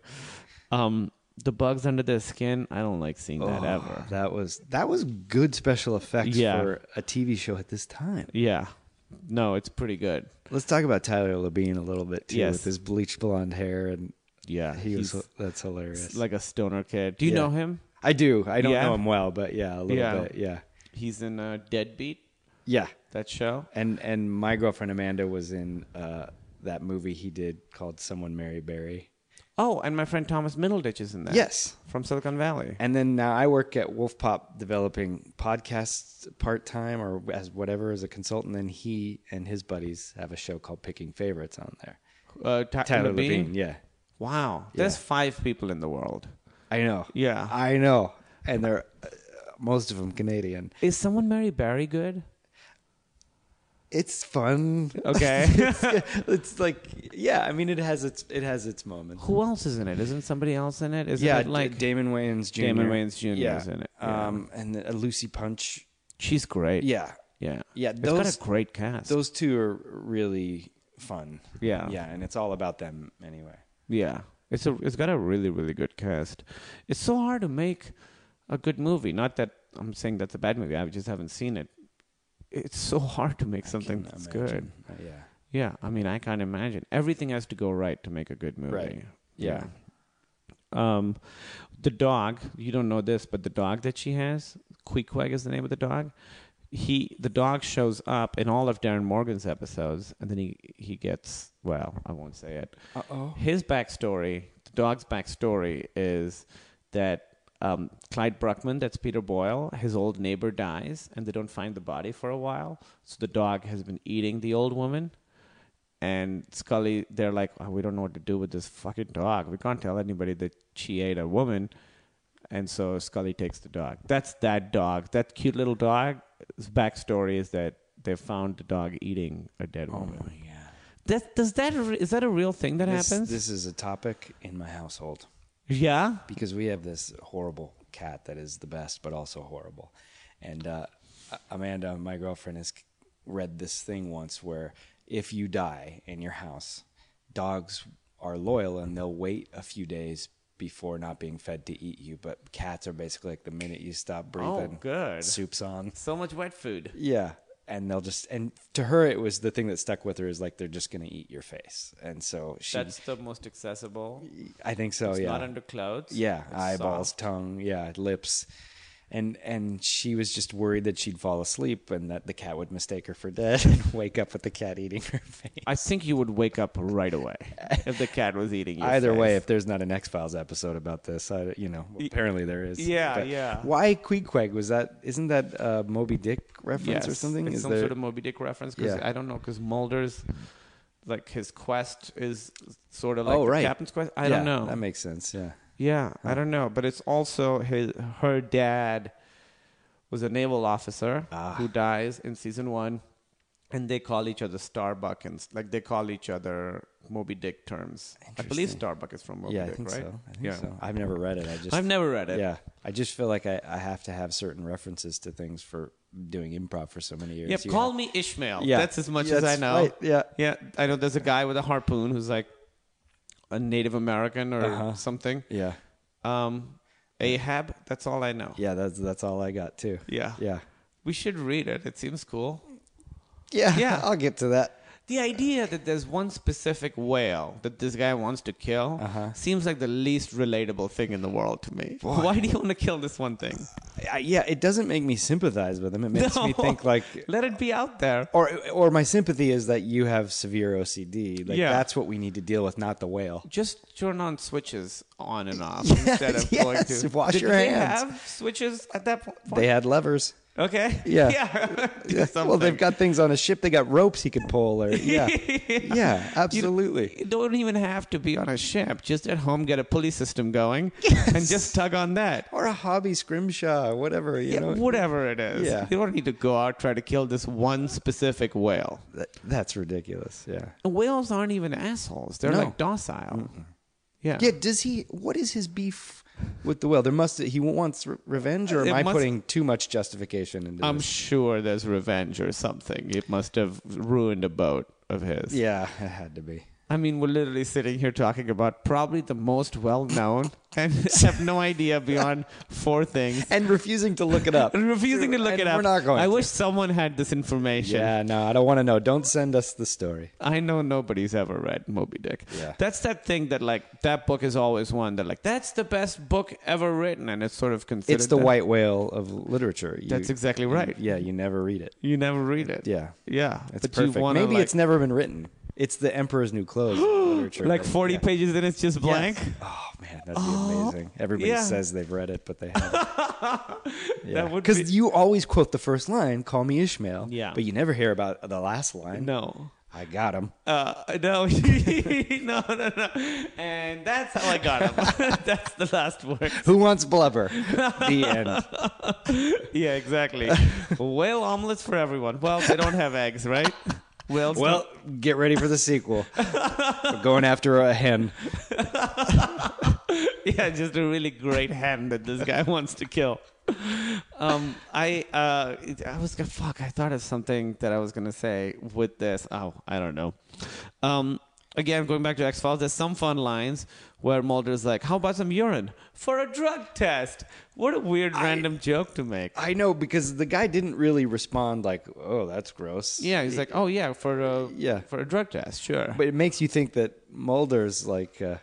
Um, the bugs under their skin. I don't like seeing that Oh, ever. That was that was good special effects Yeah. for a TV show at this time. Yeah. No, it's pretty good. Let's talk about Tyler Labine a little bit too, Yes. with his bleached blonde hair and yeah, he was he's- that's hilarious. Like a stoner kid. Do you Yeah. know him? I do. I don't Yeah? know him well, but yeah, a little bit. Yeah, He's in uh, Deadbeat. yeah. That show. And and my girlfriend Amanda was in uh, that movie he did called Someone Mary Barry. Oh, and my friend Thomas Middleditch is in that. Yes. From Silicon Valley. And then now I work at Wolf Pop developing podcasts part time or as whatever as a consultant. And he and his buddies have a show called Picking Favorites on there. Uh, Ty- Tyler Labine? Labine, yeah. Wow. Yeah. There's five people in the world. I know. Yeah. I know. And they're uh, most of them Canadian. Is someone Mary Barry good? It's fun. Okay. [laughs] it's, [laughs] it's like yeah. I mean, it has its it has its moments. Who else is in it? Isn't somebody else in it? Isn't yeah, it like D- Damon Wayans Jr. Damon Wayans Jr. Yeah. is in it. Um, and then, uh, Lucy Punch. She's great. Yeah. Yeah. Yeah, It's got those- a great cast. Those two are really fun. Yeah. Yeah, and it's all about them anyway. yeah. It's a it's got a really, really good cast. It's so hard to make a good movie. Not that I'm saying that's a bad movie. I just haven't seen it. it's so hard to make something that's good. yeah. Yeah, I mean, I can't imagine. Everything has to go right to make a good movie. Right. Yeah. Yeah. Um, the dog. You don't know this, but the dog that she has, Queequeg is the name of the dog. He, the dog shows up in all of Darren Morgan's episodes, and then he he gets. Well, I won't say it. Uh oh. His backstory, the dog's backstory, is that. Um, Clyde Bruckman, that's Peter Boyle, his old neighbor dies, and they don't find the body for a while. So the dog has been eating the old woman, and Scully, they're like, oh, we don't know what to do with this fucking dog. We can't tell anybody that she ate a woman. And so Scully takes the dog. That's that dog. That cute little dog. His backstory is that they found the dog eating a dead woman. Oh my god! That, does that is that a real thing that this, happens? This is a topic in my household. yeah. because we have this horrible cat that is the best but also horrible and uh, amanda my girlfriend has read this thing once where if you die in your house dogs are loyal and they'll wait a few days before not being fed to eat you but cats are basically like the minute you stop breathing Oh, good. soup's on So much wet food. yeah and they'll just and to her it was the thing that stuck with her is like they're just gonna eat your face and so she That's the most accessible. i think so It's yeah not under clothes. yeah, It's eyeballs, soft. tongue, yeah, lips. And and she was just worried that she'd fall asleep and that the cat would mistake her for dead [laughs] and wake up with the cat eating her [laughs] face. I think you would wake up right [laughs] away if the cat was eating you. Either way, if there's not an X Files episode about this, I, you know, apparently there is. Yeah, yeah. Why Queequeg? Was that? Isn't that a Moby Dick reference yes, or something? It's is some there? sort of Moby Dick reference because Yeah. I don't know because Mulder's like his quest is sort of like oh the right, captain's quest. I Yeah, don't know. That makes sense. Yeah. yeah, I don't know, but it's also his her dad was a naval officer Ah. who dies in season one, and they call each other Starbuck and s- like they call each other Moby Dick terms. I believe Starbuck is from Moby yeah, I Dick, think right? so. I think yeah. so. I've never read it. I just I've never read it. Yeah, I just feel like I, I have to have certain references to things for doing improv for so many years. Yeah, You call have- me Ishmael. Yeah. That's as much Yeah, as I that's know. right, yeah. Yeah. I know there's a guy with a harpoon who's like a Native American or something. Uh-huh. Yeah, Um, Ahab, that's all I know. yeah, that's that's all I got too. Yeah. yeah, We should read it. It seems cool. yeah. Yeah. [laughs] I'll get to that. The idea that there's one specific whale that this guy wants to kill Uh-huh. seems like the least relatable thing in the world to me. Why do you want to kill this one thing? I, yeah, it doesn't make me sympathize with him. It makes me [laughs] No. think like. Let it be out there. Or, or my sympathy is that you have severe OCD. Like Yeah. that's what we need to deal with, not the whale. just turn on switches on and [laughs] off Yeah, instead of going yes, to wash Did your they hands. have switches at that po- point? They had [laughs] levers. Okay. [laughs] Yeah. Yeah. [laughs] [laughs] Do Well, something. they've got things on a ship. They got ropes he could pull. Or [laughs] yeah, yeah, absolutely. You don't even have to be on a ship. Just at home, get a pulley [laughs] system going and just tug on that. or a hobby scrimshaw, whatever. You Yeah, know, whatever it is. Yeah. You don't need to go out try to kill this one specific whale. That- that's ridiculous. Yeah. And whales aren't even assholes. They're No. like docile. Yeah. Yeah. Does he? What is his beef with the whale? There must he wants re- revenge, or am It I must- putting too much justification into I'm this? sure there's revenge or something. It must have ruined a boat of his. yeah, it had to be. I mean, we're literally sitting here talking about probably the most well [laughs] known and have no idea beyond four things. [laughs] And refusing to look it up. And refusing to look And it up. We're not going. I to. wish someone had this information. Yeah, no, I don't want to know. Don't send us the story. I know nobody's ever read Moby Dick. Yeah. That's that thing that like that book is always one that like that's the best book ever written and it's sort of considered It's the that. [laughs] white whale of literature. You- That's exactly you- right. yeah, you never read it. You never read it. Yeah. Yeah. It's but perfect. you wanna, Maybe like, it's never been written. It's the Emperor's New Clothes of [gasps] literature. like but- forty yeah. pages and it's just blank. Oh man, that'd be amazing. Everybody yeah. says they've read it, but they [laughs] haven't. That would Because be- you always quote the first line, "Call me Ishmael." Yeah. but you never hear about the last line. No. I got him. Uh, no, [laughs] no, no, no. And that's how I got [laughs] him. that's the last word. Who wants blubber? [laughs] the end. Yeah, [laughs] exactly. Whale omelets for everyone. Well, they don't have eggs, [laughs] right? Whales Well, get ready for the [laughs] sequel. We're going after a hen. don't- [laughs] yeah, just a really great hen that this guy [laughs] wants to kill. Um, I, uh, it- I was gonna fuck. I thought of something that I was gonna say with this. Oh, I don't know. Um, again, going back to X Files, there's some fun lines where Mulder's like, "How about some urine for a drug test?" What a weird random joke to make. I know because the guy didn't really respond like, "Oh, that's gross." Yeah, he's like, "Oh yeah, for a yeah for a drug test, sure." But it makes you think that Mulder's like uh,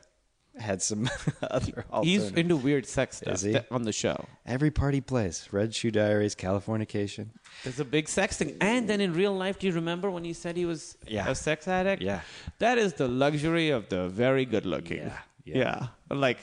had some [laughs] other He's alternative. into weird sex stuff Is he? th- on the show. Every party plays Red Shoe Diaries, Californication. There's a big sex thing. And then in real life, do you remember when he said he was Yeah. a sex addict? Yeah. That is the luxury of the very good looking. Yeah. Mm. Yeah. Like,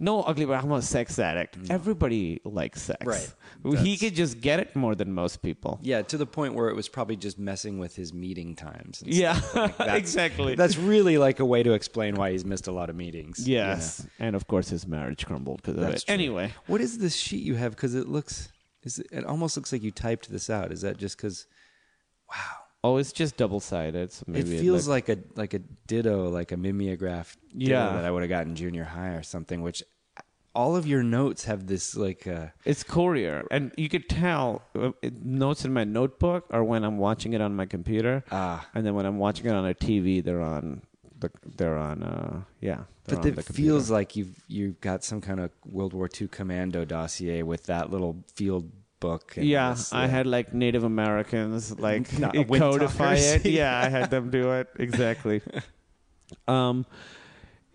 no ugly, but I'm a sex addict. Everybody likes sex. Right. He That's- could just get it more than most people. Yeah, to the point where it was probably just messing with his meeting times. and Yeah, stuff. Like, that's- [laughs] exactly. That's really like a way to explain why he's missed a lot of meetings. you Yes. And of course, his marriage crumbled because of That's it. true. Anyway. know. What is this sheet you have? Because it looks, is it, it almost looks like you typed this out. Is that just because Oh, it's just double sided. So it maybe feels looked- like a like a ditto, like a mimeograph? ditto Yeah. that I would have gotten junior high or something. Which all of your notes have this like. Uh, It's courier, and you could tell uh, it- notes in my notebook are when I'm watching it on my computer, Ah. and then when I'm watching it on a TV, they're on the they're on uh yeah. they're But on it the computer. feels like you've you've got some kind of World War II commando dossier with that little field book. and yeah. this, I uh, had like Native [laughs] Americans like Not- it wind [laughs] codify talkers. it. Yeah, I had [laughs] them do it exactly. um,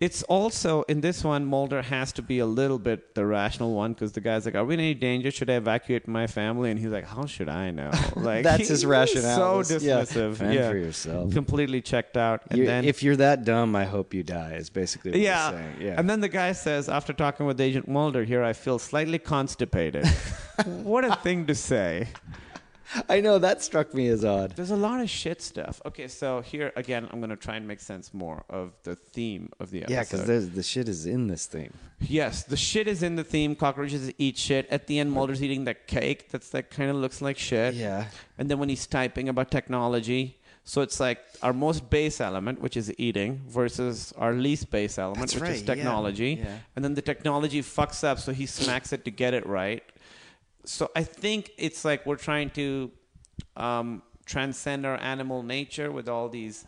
it's also in this one Mulder has to be a little bit the rational one because the guy's like, "Are we in any danger? Should I evacuate my family?" And he's like, "How should [laughs] I know?" Like That's his he's rationale. So This- yeah. dismissive. Fend yeah. for yourself. Completely checked out. And You're- then if you're that dumb, I hope you die. Is basically what yeah. you're saying. Yeah. And then the guy says, after talking with Agent Mulder here, I feel slightly [laughs] constipated. what a thing to say. I know that struck me as odd. There's a lot of shit stuff. Okay, so here again, I'm going to try and make sense more of the theme of the episode. Yeah, because there's the shit is in this thing. Yes, the shit is in the theme. Cockroaches eat shit. At the end, Mulder's eating that cake that's like kind of looks like shit. Yeah. And then when he's typing about technology, so it's like our most base element, which is eating, versus our least base element, That's which is right, yeah, technology. yeah. And then the technology fucks up, so he smacks it to get it right. So I think it's like we're trying to um, transcend our animal nature with all these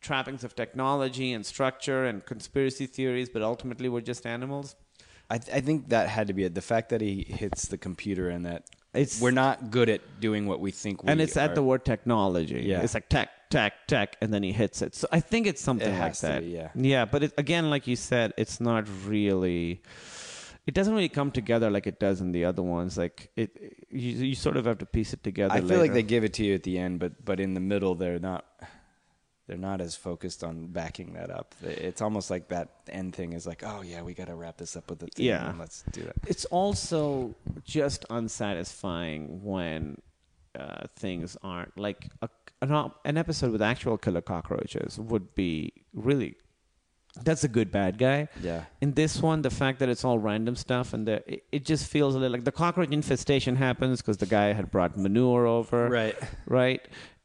trappings of technology and structure and conspiracy theories, but ultimately we're just animals. I, th- I think that had to be it. The fact that he hits the computer and that It's- we're not good at doing what we think. we and it's at are. the word technology. Yeah. it's like tech, tech, tech, and then he hits it. So I think it's something It like has to that. be, yeah. yeah. But it, again, like you said, it's not really. It doesn't really come together like it does in the other ones. Like it, you, you sort of have to piece it together. I feel like later. they give it to you at the end, but but in the middle they're not they're not as focused on backing that up. It's almost like that end thing is like, oh yeah, we got to wrap this up with the thing. Yeah. and let's do that. It's also just unsatisfying when uh, things aren't like a, an, op- an episode with actual killer cockroaches would be really. That's a good bad guy. Yeah. In this one, the fact that it's all random stuff and the, it, it just feels a little like the cockroach infestation happens because the guy had brought manure over. Right. Right.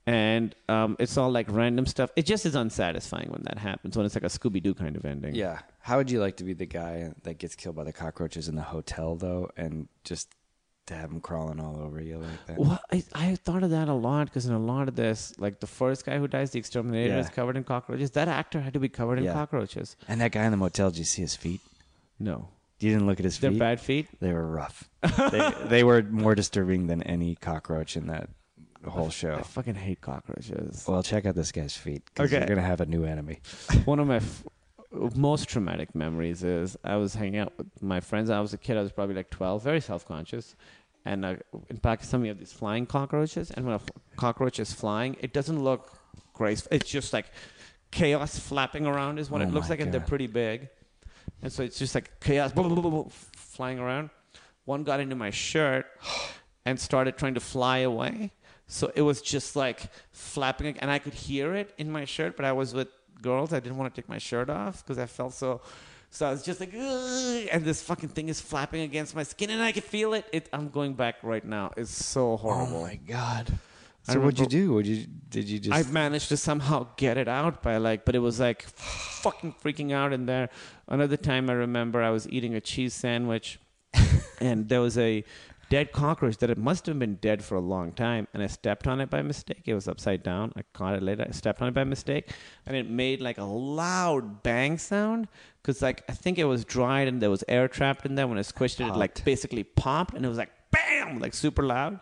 And um, it's all like random stuff. It just is unsatisfying when that happens, when it's like a Scooby Doo kind of ending. Yeah. How would you like to be the guy that gets killed by the cockroaches in the hotel though, and just to have them crawling all over you like that? Well, I, I thought of that a lot because in a lot of this, like the first guy who dies, the exterminator, Yeah. is covered in cockroaches. That actor had to be covered in Yeah. cockroaches. And that guy in the motel, did you see his feet? No, You didn't look at his they're feet. bad feet. They were [laughs] rough. they, they were more disturbing than any cockroach in that whole I show. fucking hate cockroaches. Well, check out this guy's feet. 'cause Okay. You're gonna have a new enemy. [laughs] One of my f- most traumatic memories is I was hanging out with my friends. I was a kid. I was probably like twelve, very self-conscious. And uh, in Pakistan, we have these flying cockroaches. And when a f- cockroach is flying, it doesn't look graceful. It's just like chaos flapping around is what Oh it looks my like, and they're God. pretty big. And so it's just like chaos blah, blah, blah, blah, blah, flying around. One got into my shirt and started trying to fly away. So it was just like flapping, and I could hear it in my shirt, but I was with girls. I didn't want to take my shirt off because I felt so. So I was just like, "Ugh," and this fucking thing is flapping against my skin, and I can feel it. it I'm going back right now. It's so horrible. god! I So what'd you remember- do? Would you did you just? I managed to somehow get it out by like, but it was like fucking freaking out in there. [laughs] Another time I remember I was eating a cheese sandwich and there was a dead cockroach that it must have been dead for a long time. And I stepped on it by mistake. It was upside down. I caught it later. I stepped on it by mistake, and it made like a loud bang sound because like I think it was dried and there was air trapped in there. When I squished it, it like basically popped, and it was like bam, like super loud.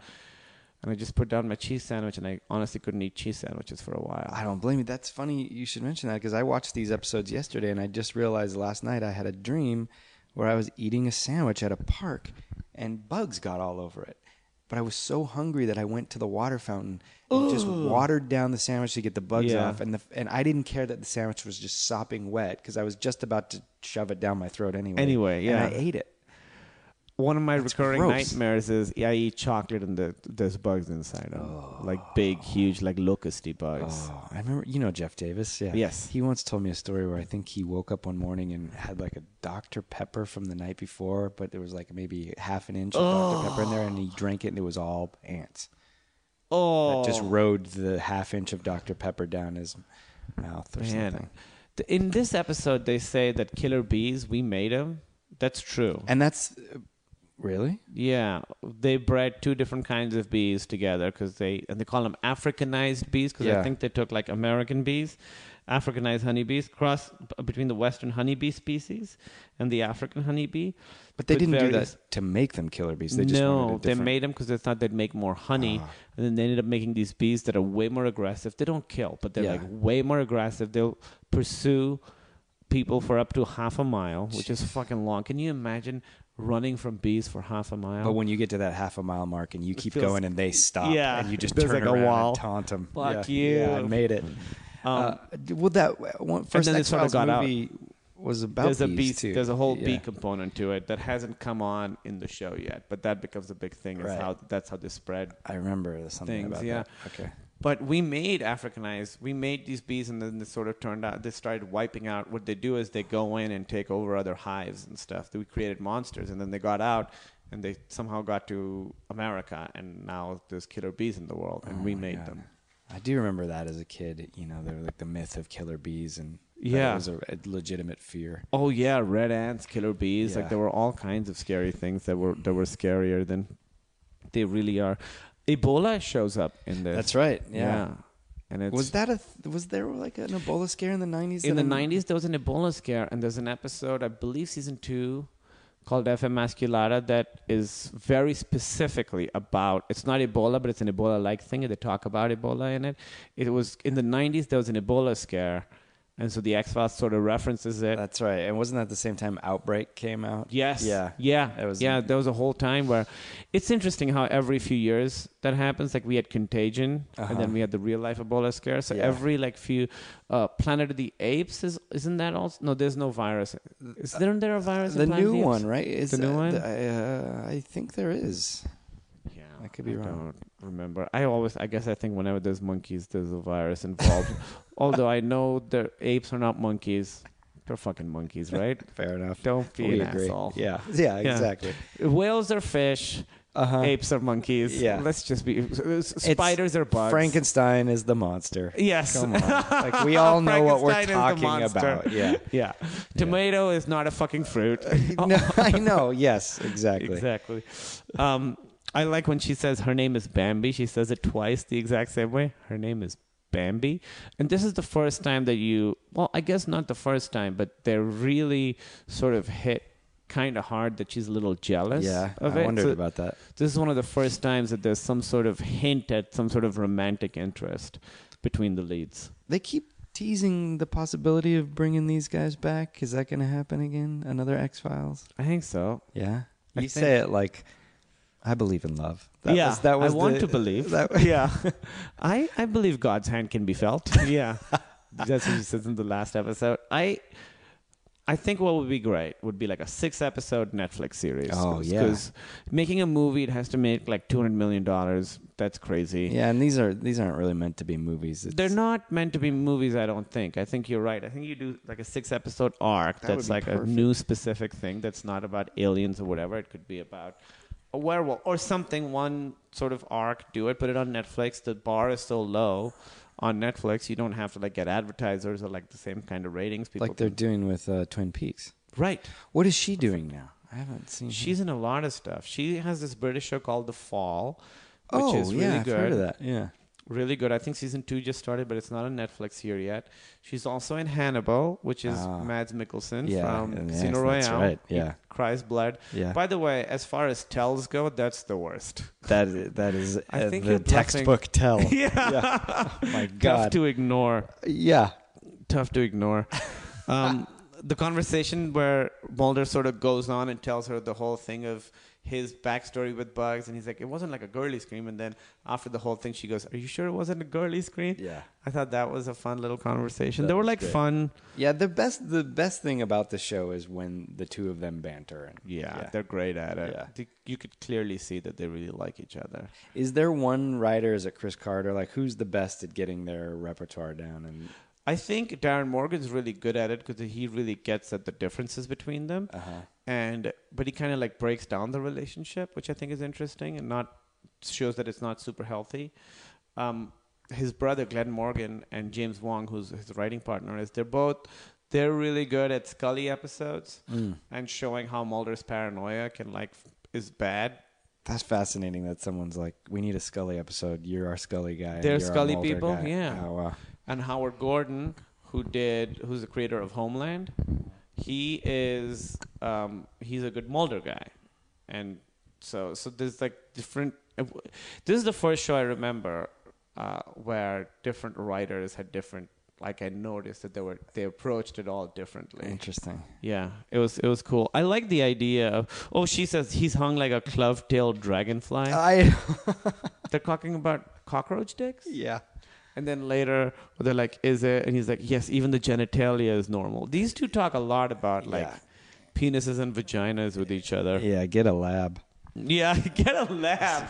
And I just put down my cheese sandwich, and I honestly couldn't eat cheese sandwiches for a while. I don't blame you. That's funny you should mention that because I watched these episodes yesterday and I just realized last night I had a dream where I was eating a sandwich at a park and bugs got all over it. But I was so hungry that I went to the water fountain and just Ugh. watered down the sandwich to get the bugs Yeah. off. And, the, and I didn't care that the sandwich was just sopping wet because I was just about to shove it down my throat anyway. Anyway, yeah. And I ate it. One of my recurring gross. nightmares is yeah, I eat chocolate and the, there's bugs inside them, like big, huge, like locusty bugs. Oh, I remember, you know Jeff Davis, yeah. Yes. He once told me a story where I think he woke up one morning and had like a Dr. Pepper from the night before, but there was like maybe half an inch of Dr. Pepper in there, and he drank it and it was all ants. Oh, That just rode the half inch of Dr. Pepper down his mouth or something. man! Th- In this episode, they say that killer bees we made them. That's true. And that's uh, really yeah. They bred two different kinds of bees together because they and they call them Africanized bees because I Yeah. think they took like American bees, Africanized honeybees, cross b- between the Western honeybee species and the African honeybee. But they with didn't do various- that to make them killer bees. They just no, wanted a they different- Ah. made them because they thought they'd make more honey, and then they ended up making these bees that are way more aggressive. They don't kill, but they're Yeah. like way more aggressive. They'll pursue people for up to half a mile, which is fucking long. Can you imagine running from bees for half a mile? But when you get to that half a mile mark and you keep feels- going and they stop, Yeah. and you just It feels turn like a around wall. and taunt them. Fuck yeah. you. Mm-hmm. Yeah, Um, I made it. Uh, d- well, that one, first then they X sort of Files got out. movie was about there's a bees, bee, too. there's a whole bee Yeah. component to it that hasn't come on in the show yet, but that becomes a big thing. Is Right. how that's how they spread. I remember there's something things. about yeah. that. Okay. But we made Africanized. We made these bees, and then they sort of turned out. They started wiping out. What they do is they go in and take over other hives and stuff. We created monsters, and then they got out, and they somehow got to America, and now there's killer bees in the world, Oh and we made them. I do remember that as a kid. You know, there were like the myth of killer bees, and that Yeah. it was a, a legitimate fear. Oh yeah, red ants, killer bees. Like Yeah. there were all kinds of scary things that were that were scarier than they really are. Ebola shows up in this. That's right, yeah. And it's Was that a th- was there like an Ebola scare in the nineties? in the 90s there was an ebola scare and there's an episode i believe season two called FM Masculata that is very specifically about it's not Ebola but it's an Ebola like thing and they talk about Ebola in it. It was in the 90s there was an Ebola scare and so the X-Files sort of references it. That's right. And wasn't that the same time Outbreak came out? Yes. Yeah. Yeah. That was- yeah. There was a whole time where it's interesting how every few years that happens. Like we had Contagion, and then we had the real life Ebola scare. So Uh-huh. Yeah. every like few, uh, Planet of the Apes is isn't that also? No, there's no virus. Is there there a virus? in The Planet of new the Apes? one, right? Is the new uh, one. th- I, uh, I think there is. yeah. I could be I wrong. don't remember. I always. I guess I think whenever there's monkeys, there's a virus [laughs] involved. Although I know the apes are not monkeys. They're fucking [laughs] monkeys, right? Fair enough. Don't be We an agree. asshole. Yeah. [laughs] Yeah, exactly. Uh-huh. Whales are fish. Apes are monkeys. Yeah. Let's just be. s- It's- Spiders are bugs. Frankenstein is the monster. Yes. Come [laughs] on. Like we all know what we're Frankenstein is the talking monster. about. Yeah. [laughs] [laughs] Yeah. Tomato is not a fucking fruit. No, I know. Yes, exactly. [laughs] exactly. Um, I like when she says her name is Bambi. She says it twice the exact same way. Her name is Bambi. And this is the first time that you, well, I guess not the first time, but they're really sort of hit kind of hard that she's a little jealous Yeah, of I it. wondered So about that. This is one of the first times that there's some sort of hint at some sort of romantic interest between the leads. They keep teasing the possibility of bringing these guys back. Is that going to happen again? Another X Files? I think so. Yeah. I you think- say it like, I believe in love. That yeah, was, that was I want the- to believe. [laughs] That, yeah, I I believe God's hand can be [laughs] felt. Yeah, [laughs] that's what he says in the last episode. I I think what would be great would be like a six episode Netflix series. Oh, yeah. because making a movie it has to make like two hundred million dollars. That's crazy. yeah, and these are these aren't really meant to be movies. It's, They're not meant to be movies, I don't think. I think you're right. I think you do like a six episode arc That would that's be like a perfect. new specific thing that's not about aliens or whatever. It could be about a werewolf or something, one sort of arc. Do it, put it on Netflix. The bar is so low on Netflix, you don't have to like get advertisers or like the same kind of ratings people like they're doing with uh, Twin Peaks. Right. What is she doing now? I haven't seen. her. She's in a lot of stuff. She has this British show called The Fall, which Oh, is really yeah, I've good. heard of that, yeah. Really good. I think season two just started, but it's not on Netflix here yet. She's also in Hannibal, which is Ah. Mads Mikkelsen Yeah, from yes, Casino that's Royale. right, He yeah. cries blood. Yeah. By the way, as far as tells go, that's the worst. [laughs] That that is I uh, think the you're bluffing. textbook tell. [laughs] Yeah. Oh, [laughs] my Tough God. to ignore. Yeah. Tough [laughs] to ignore. Um, the conversation where Mulder sort of goes on and tells her the whole thing of his backstory with Bugs, and he's like, it wasn't like a girly scream. And then after the whole thing, she goes, Are you sure it wasn't a girly scream? Yeah. I thought that was a fun little conversation. That they were was like great. fun. Yeah, the best the best thing about the show is when the two of them banter. And, Yeah, they're great at it. Yeah. Th- You could clearly see that they really like each other. Is there one writer? Is it Chris Carter? Like, who's the best at getting their repertoire down? And I think Darren Morgan's really good at it because he really gets at the differences between them, and but he kind of like breaks down the relationship, which I think is interesting and not shows that it's not super healthy. Um, his brother Glenn Morgan and James Wong, who's his writing partner, is they're both they're really good at Scully episodes and showing how Mulder's paranoia can like f- is bad. that's fascinating that someone's like, we need a Scully episode. You're our Scully guy. and They're you're our Scully Mulder people, guy." yeah. Oh, wow. and Howard Gordon, who did, who's the creator of Homeland, he is, um, he's a good Mulder guy, and so so there's like different. uh, This is the first show I remember uh, where different writers had different. Like I noticed that they were they approached it all differently. Interesting. Yeah, it was it was cool. I like the idea of oh she says he's hung like a clove-tailed dragonfly. I [laughs] They're talking about cockroach dicks. yeah. And then later, they're like, "Is it?" And he's like, "Yes, even the genitalia is normal." These two talk a lot about like Yeah. penises and vaginas with each other. Yeah, get a lab. Yeah, [laughs] get a lab.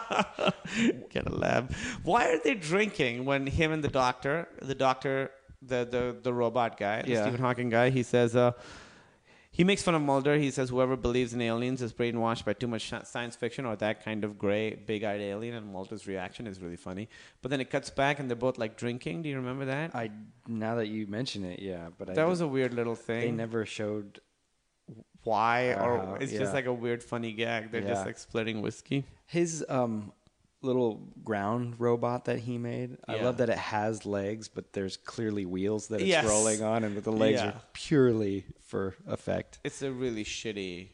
[laughs] get a lab. Why are they drinking when him and the doctor, the doctor, the the the robot guy, the Yeah. Stephen Hawking guy, he says, uh, he makes fun of Mulder. He says whoever believes in aliens is brainwashed by too much sh- science fiction or that kind of gray, big-eyed alien. And Mulder's reaction is really funny. But then it cuts back, and they're both like drinking. Do you remember that? I now that you mention it, yeah, but I that was did- a weird little thing. they never showed. Why? Or Uh-huh, it's yeah. just like a weird, funny gag. They're just Yeah. like splitting whiskey. His um little ground robot that he made. I Yeah. love that it has legs, but there's clearly wheels that it's Yes. rolling on, and the legs Yeah. are purely for effect. It's a really shitty.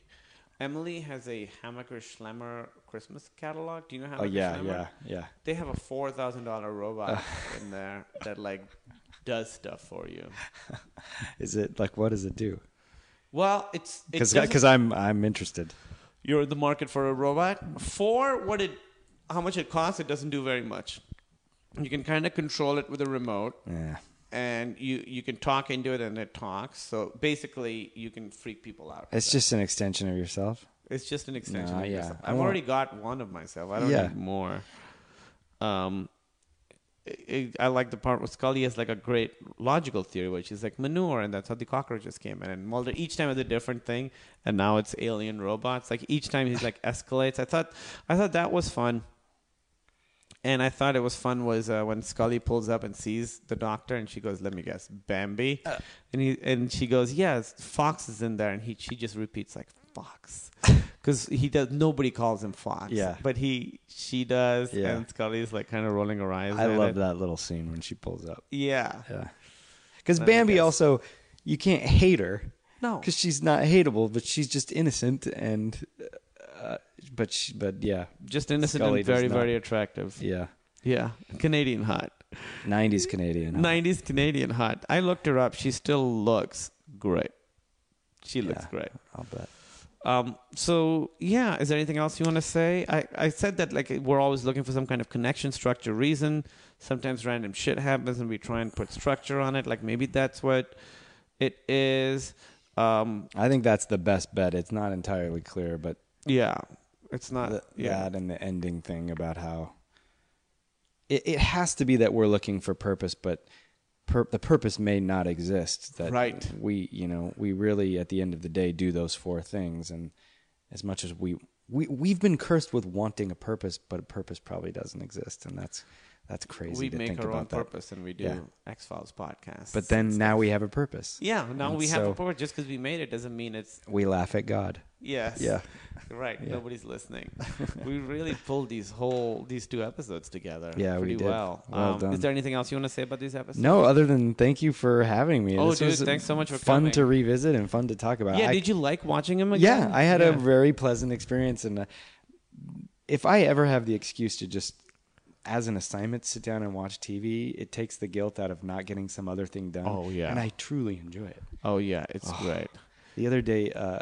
Emily has a Hamaker Schlemmer Christmas catalog. Do you know Hamaker Oh yeah, Schlemmer? yeah, Uh. yeah. They have a four thousand dollar robot [laughs] in there that like does stuff for you. Is it like what does it do? Well, it's it doesn't- Because I'm I'm interested. you're in the market for a robot. For what it, how much it costs, it doesn't do very much. You can kind of control it with a remote, Yeah. and you you can talk into it and it talks. So basically, you can freak people out. It's with it. just an extension of yourself. It's just an extension. Nah, of yeah. yourself. I I've want- already got one of myself. I don't Yeah. need more. Um, it, it- I like the part where Scully has like a great logical theory, which is like manure, and that's how the cockroaches came in. And Mulder each time is a different thing, and now it's alien robots. Like each time he's like escalates. I thought, I thought that was fun. And I thought it was fun was uh, when Scully pulls up and sees the doctor, and she goes, "Let me guess, Bambi," Uh. and he and she goes, "Yes, Fox is in there," and he she just repeats like [laughs] Fox, because he does nobody calls him Fox, Yeah. but he she does, Yeah. and Scully's like kind of rolling her eyes. I at love it. that little scene when she pulls up. Yeah. Yeah. Because me Bambi guess. also, you can't hate her. No. Because she's not hateable, but she's just innocent and, uh, but she, but yeah, Just innocent Scully and does very, not- very attractive. yeah. Yeah. Canadian hot. Nineties Canadian. huh? 90s Canadian hot. I looked her up. She still looks great. She looks Yeah. great. I'll bet. Um, so yeah, is there anything else you want to say? I, I said that like we're always looking for some kind of connection, structure, reason. Sometimes random shit happens and we try and put structure on it. Like maybe that's what it is. Um, I think that's the best bet. It's not entirely clear, but yeah, it's not. th- yeah, that and the ending thing about how it, it has to be that we're looking for purpose, but pur- the purpose may not exist. That Right. we, you know, we really at the end of the day do those four things, and as much as we we we've been cursed with wanting a purpose, but a purpose probably doesn't exist, and that's That's crazy. we to make think our about own that. purpose and we do Yeah. X Files podcast. But then now we have a purpose. yeah, now And we have so a purpose. Just because we made it doesn't mean it's We laugh at God. yes. Yeah. [laughs] Right. Yeah. [laughs] Nobody's listening. we really pulled these whole these two episodes together. Yeah, we pretty did. well. Well um, done. Is there anything else you want to say about these episodes? No, other than thank you for having me. Oh, This dude, was thanks so much for fun coming. to revisit and fun to talk about. Yeah. I- did you like watching [laughs] him Yeah, again? I had a Yeah. very pleasant experience, and uh, if I ever have the excuse to just, as an assignment, sit down and watch TV, it takes the guilt out of not getting some other thing done. Oh, yeah. and I truly enjoy it. Oh yeah, it's great. The other day, uh,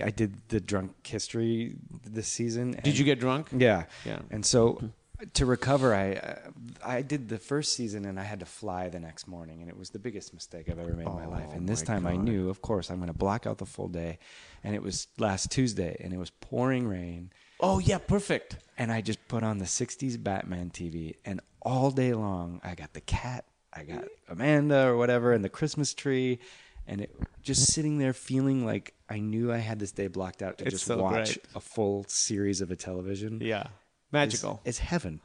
I I did the drunk history this season. Did and- you get drunk? Yeah, Yeah. And so, to recover, I uh, I did the first season, and I had to fly the next morning, and it was the biggest mistake I've ever made Oh in my life. And this time, I knew, of course, I'm going to block out the full day, and it was last Tuesday, and it was pouring rain, Oh yeah, perfect. and I just put on the '60s Batman TV, and all day long, I got the cat, I got Amanda or whatever, and the Christmas tree. And it just sitting there feeling like I knew I had this day blocked out to It's just so watch great. a full series of a television Yeah. is- Magical. is heaven.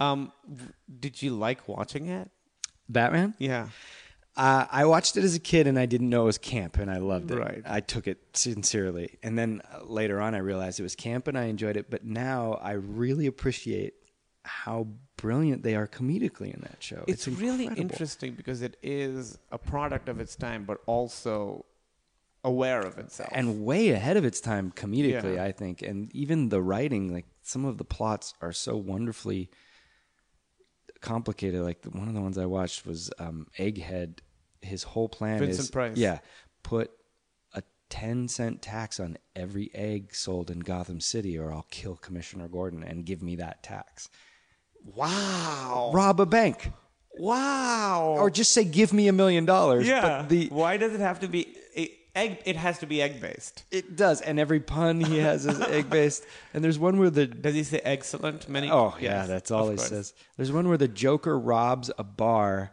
Um, w- did you like watching it? Batman? Yeah. Uh, I watched it as a kid and I didn't know it was camp and I loved it. Right. I took it sincerely. And then uh, later on, I realized it was camp and I enjoyed it. But now I really appreciate how brilliant they are comedically in that show. It's, really incredible. interesting because it is a product of its time, but also aware of itself. and way ahead of its time comedically, Yeah. I think. And even the writing, like some of the plots are so wonderfully complicated. Like the, one of the ones I watched was um, Egghead. His whole plan Vincent is Price. yeah, put a ten cent tax on every egg sold in Gotham City, or I'll kill Commissioner Gordon and give me that tax. wow, Rob a bank, wow. or just say give me a million dollars. Oh. yeah. but the Why does it have to be e- egg? It has to be egg based. it does, and every pun he has is egg based. And there's one where the Does he say excellent? Many. Oh yeah, Yes, that's all of he course. says. There's one where the Joker robs a bar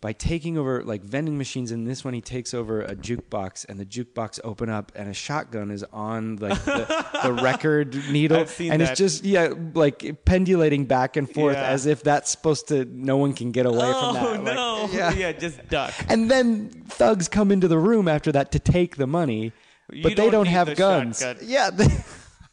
by taking over like vending machines, and this one he takes over a jukebox, and the jukebox open up, and a shotgun is on like [laughs] the, the record needle, I've seen and that. it's just yeah, like pendulating back and forth Yeah. as if that's supposed to. No one can get away Oh from that. like- no! [laughs] yeah. yeah. just duck. [laughs] And then thugs come into the room after that to take the money, but You they don't don't, need have the guns. shotgun. Yeah. [laughs] they-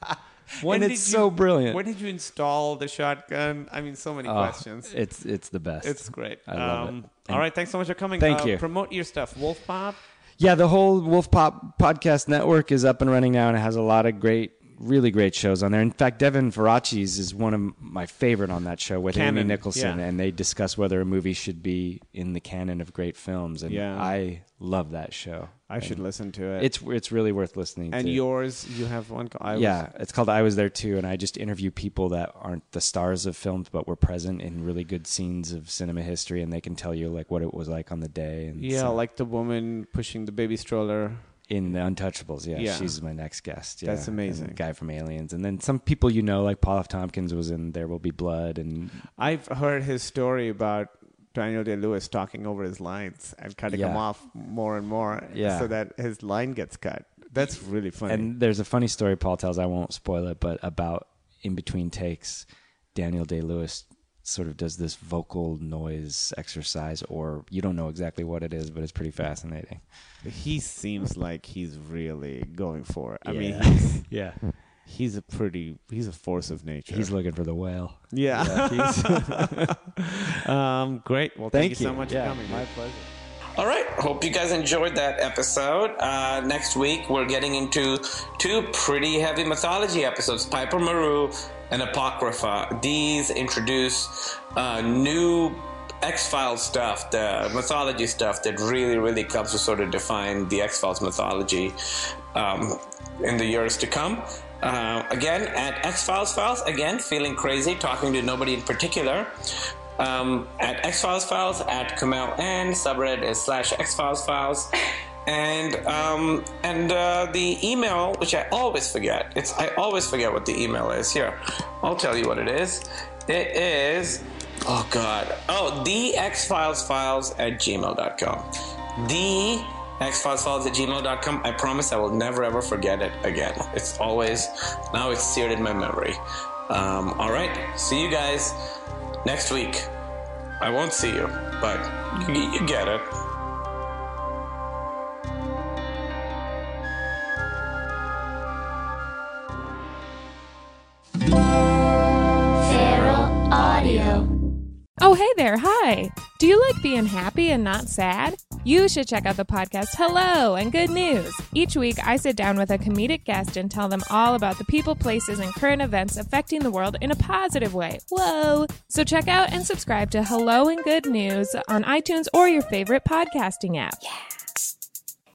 and did it's you- so brilliant. When did you install the shotgun? I mean, so many Oh, questions. It's it's the best. It's great. Um, I love it. And- All right, thanks so much for coming. Thank Uh, you. Promote your stuff, Wolf Pop. Yeah, the whole Wolf Pop podcast network is up and running now, and it has a lot of great, really great shows on there. In fact, Devin Faracis is one of my favorite on that show with Canon, Amy Nicholson, yeah. and they discuss whether a movie should be in the canon of great films. And Yeah. I love that show. I should listen to it. It's it's really worth listening and to. yours, you have one. I was- yeah, it's called I Was There Too, and I just interview people that aren't the stars of films but were present in really good scenes of cinema history, and they can tell you like what it was like on the day. And Yeah, so- like the woman pushing the baby stroller. in the Untouchables. Yeah, Yeah. she's my next guest. Yeah, That's amazing. And the guy from Aliens, and then some people you know, like Paul F. Tompkins, was in There Will Be Blood, and I've heard his story about Daniel Day Lewis talking over his lines and cutting Yeah. them off more and more Yeah. so that his line gets cut. That's really funny. and there's a funny story Paul tells. I won't spoil it, but about in between takes, Daniel Day Lewis sort of does this vocal noise exercise, or you don't know exactly what it is, but it's pretty fascinating. he seems like he's really going for it. I mean, Yeah. he's, [laughs] Yeah, he's a pretty, he's a force of nature. he's looking for the whale. yeah. um, [laughs] great. Well, thank, you so much Yeah, for coming. my man. pleasure. All right. Hope you guys enjoyed that episode. Uh, next week, we're getting into two pretty heavy mythology episodes Piper Maru and Apocrypha. These introduce uh, new X Files stuff, the mythology stuff that really, really comes to sort of define the X Files mythology um, in the years to come. Uh, again, at X Files Files, again, feeling crazy, talking to nobody in particular um, at X Files Files at Kamel N. Subreddit is slash X Files Files. And um, and uh, the email, which I always forget, it's I always forget what the email is. Here, I'll tell you what it is. It is oh god oh the X Files Files at gmail.com. The X Files Files at gmail.com. I promise I will never ever forget it again. It's always now it's seared in my memory. Um, all right, see you guys Next week, I won't see you, but you, you get it. Feral Audio. Oh, hey there. Hi. Do you like being happy and not sad? You should check out the podcast Hello and Good News. Each week, I sit down with a comedic guest and tell them all about the people, places, and current events affecting the world in a positive way. Whoa. So check out and subscribe to Hello and Good News on iTunes or your favorite podcasting app.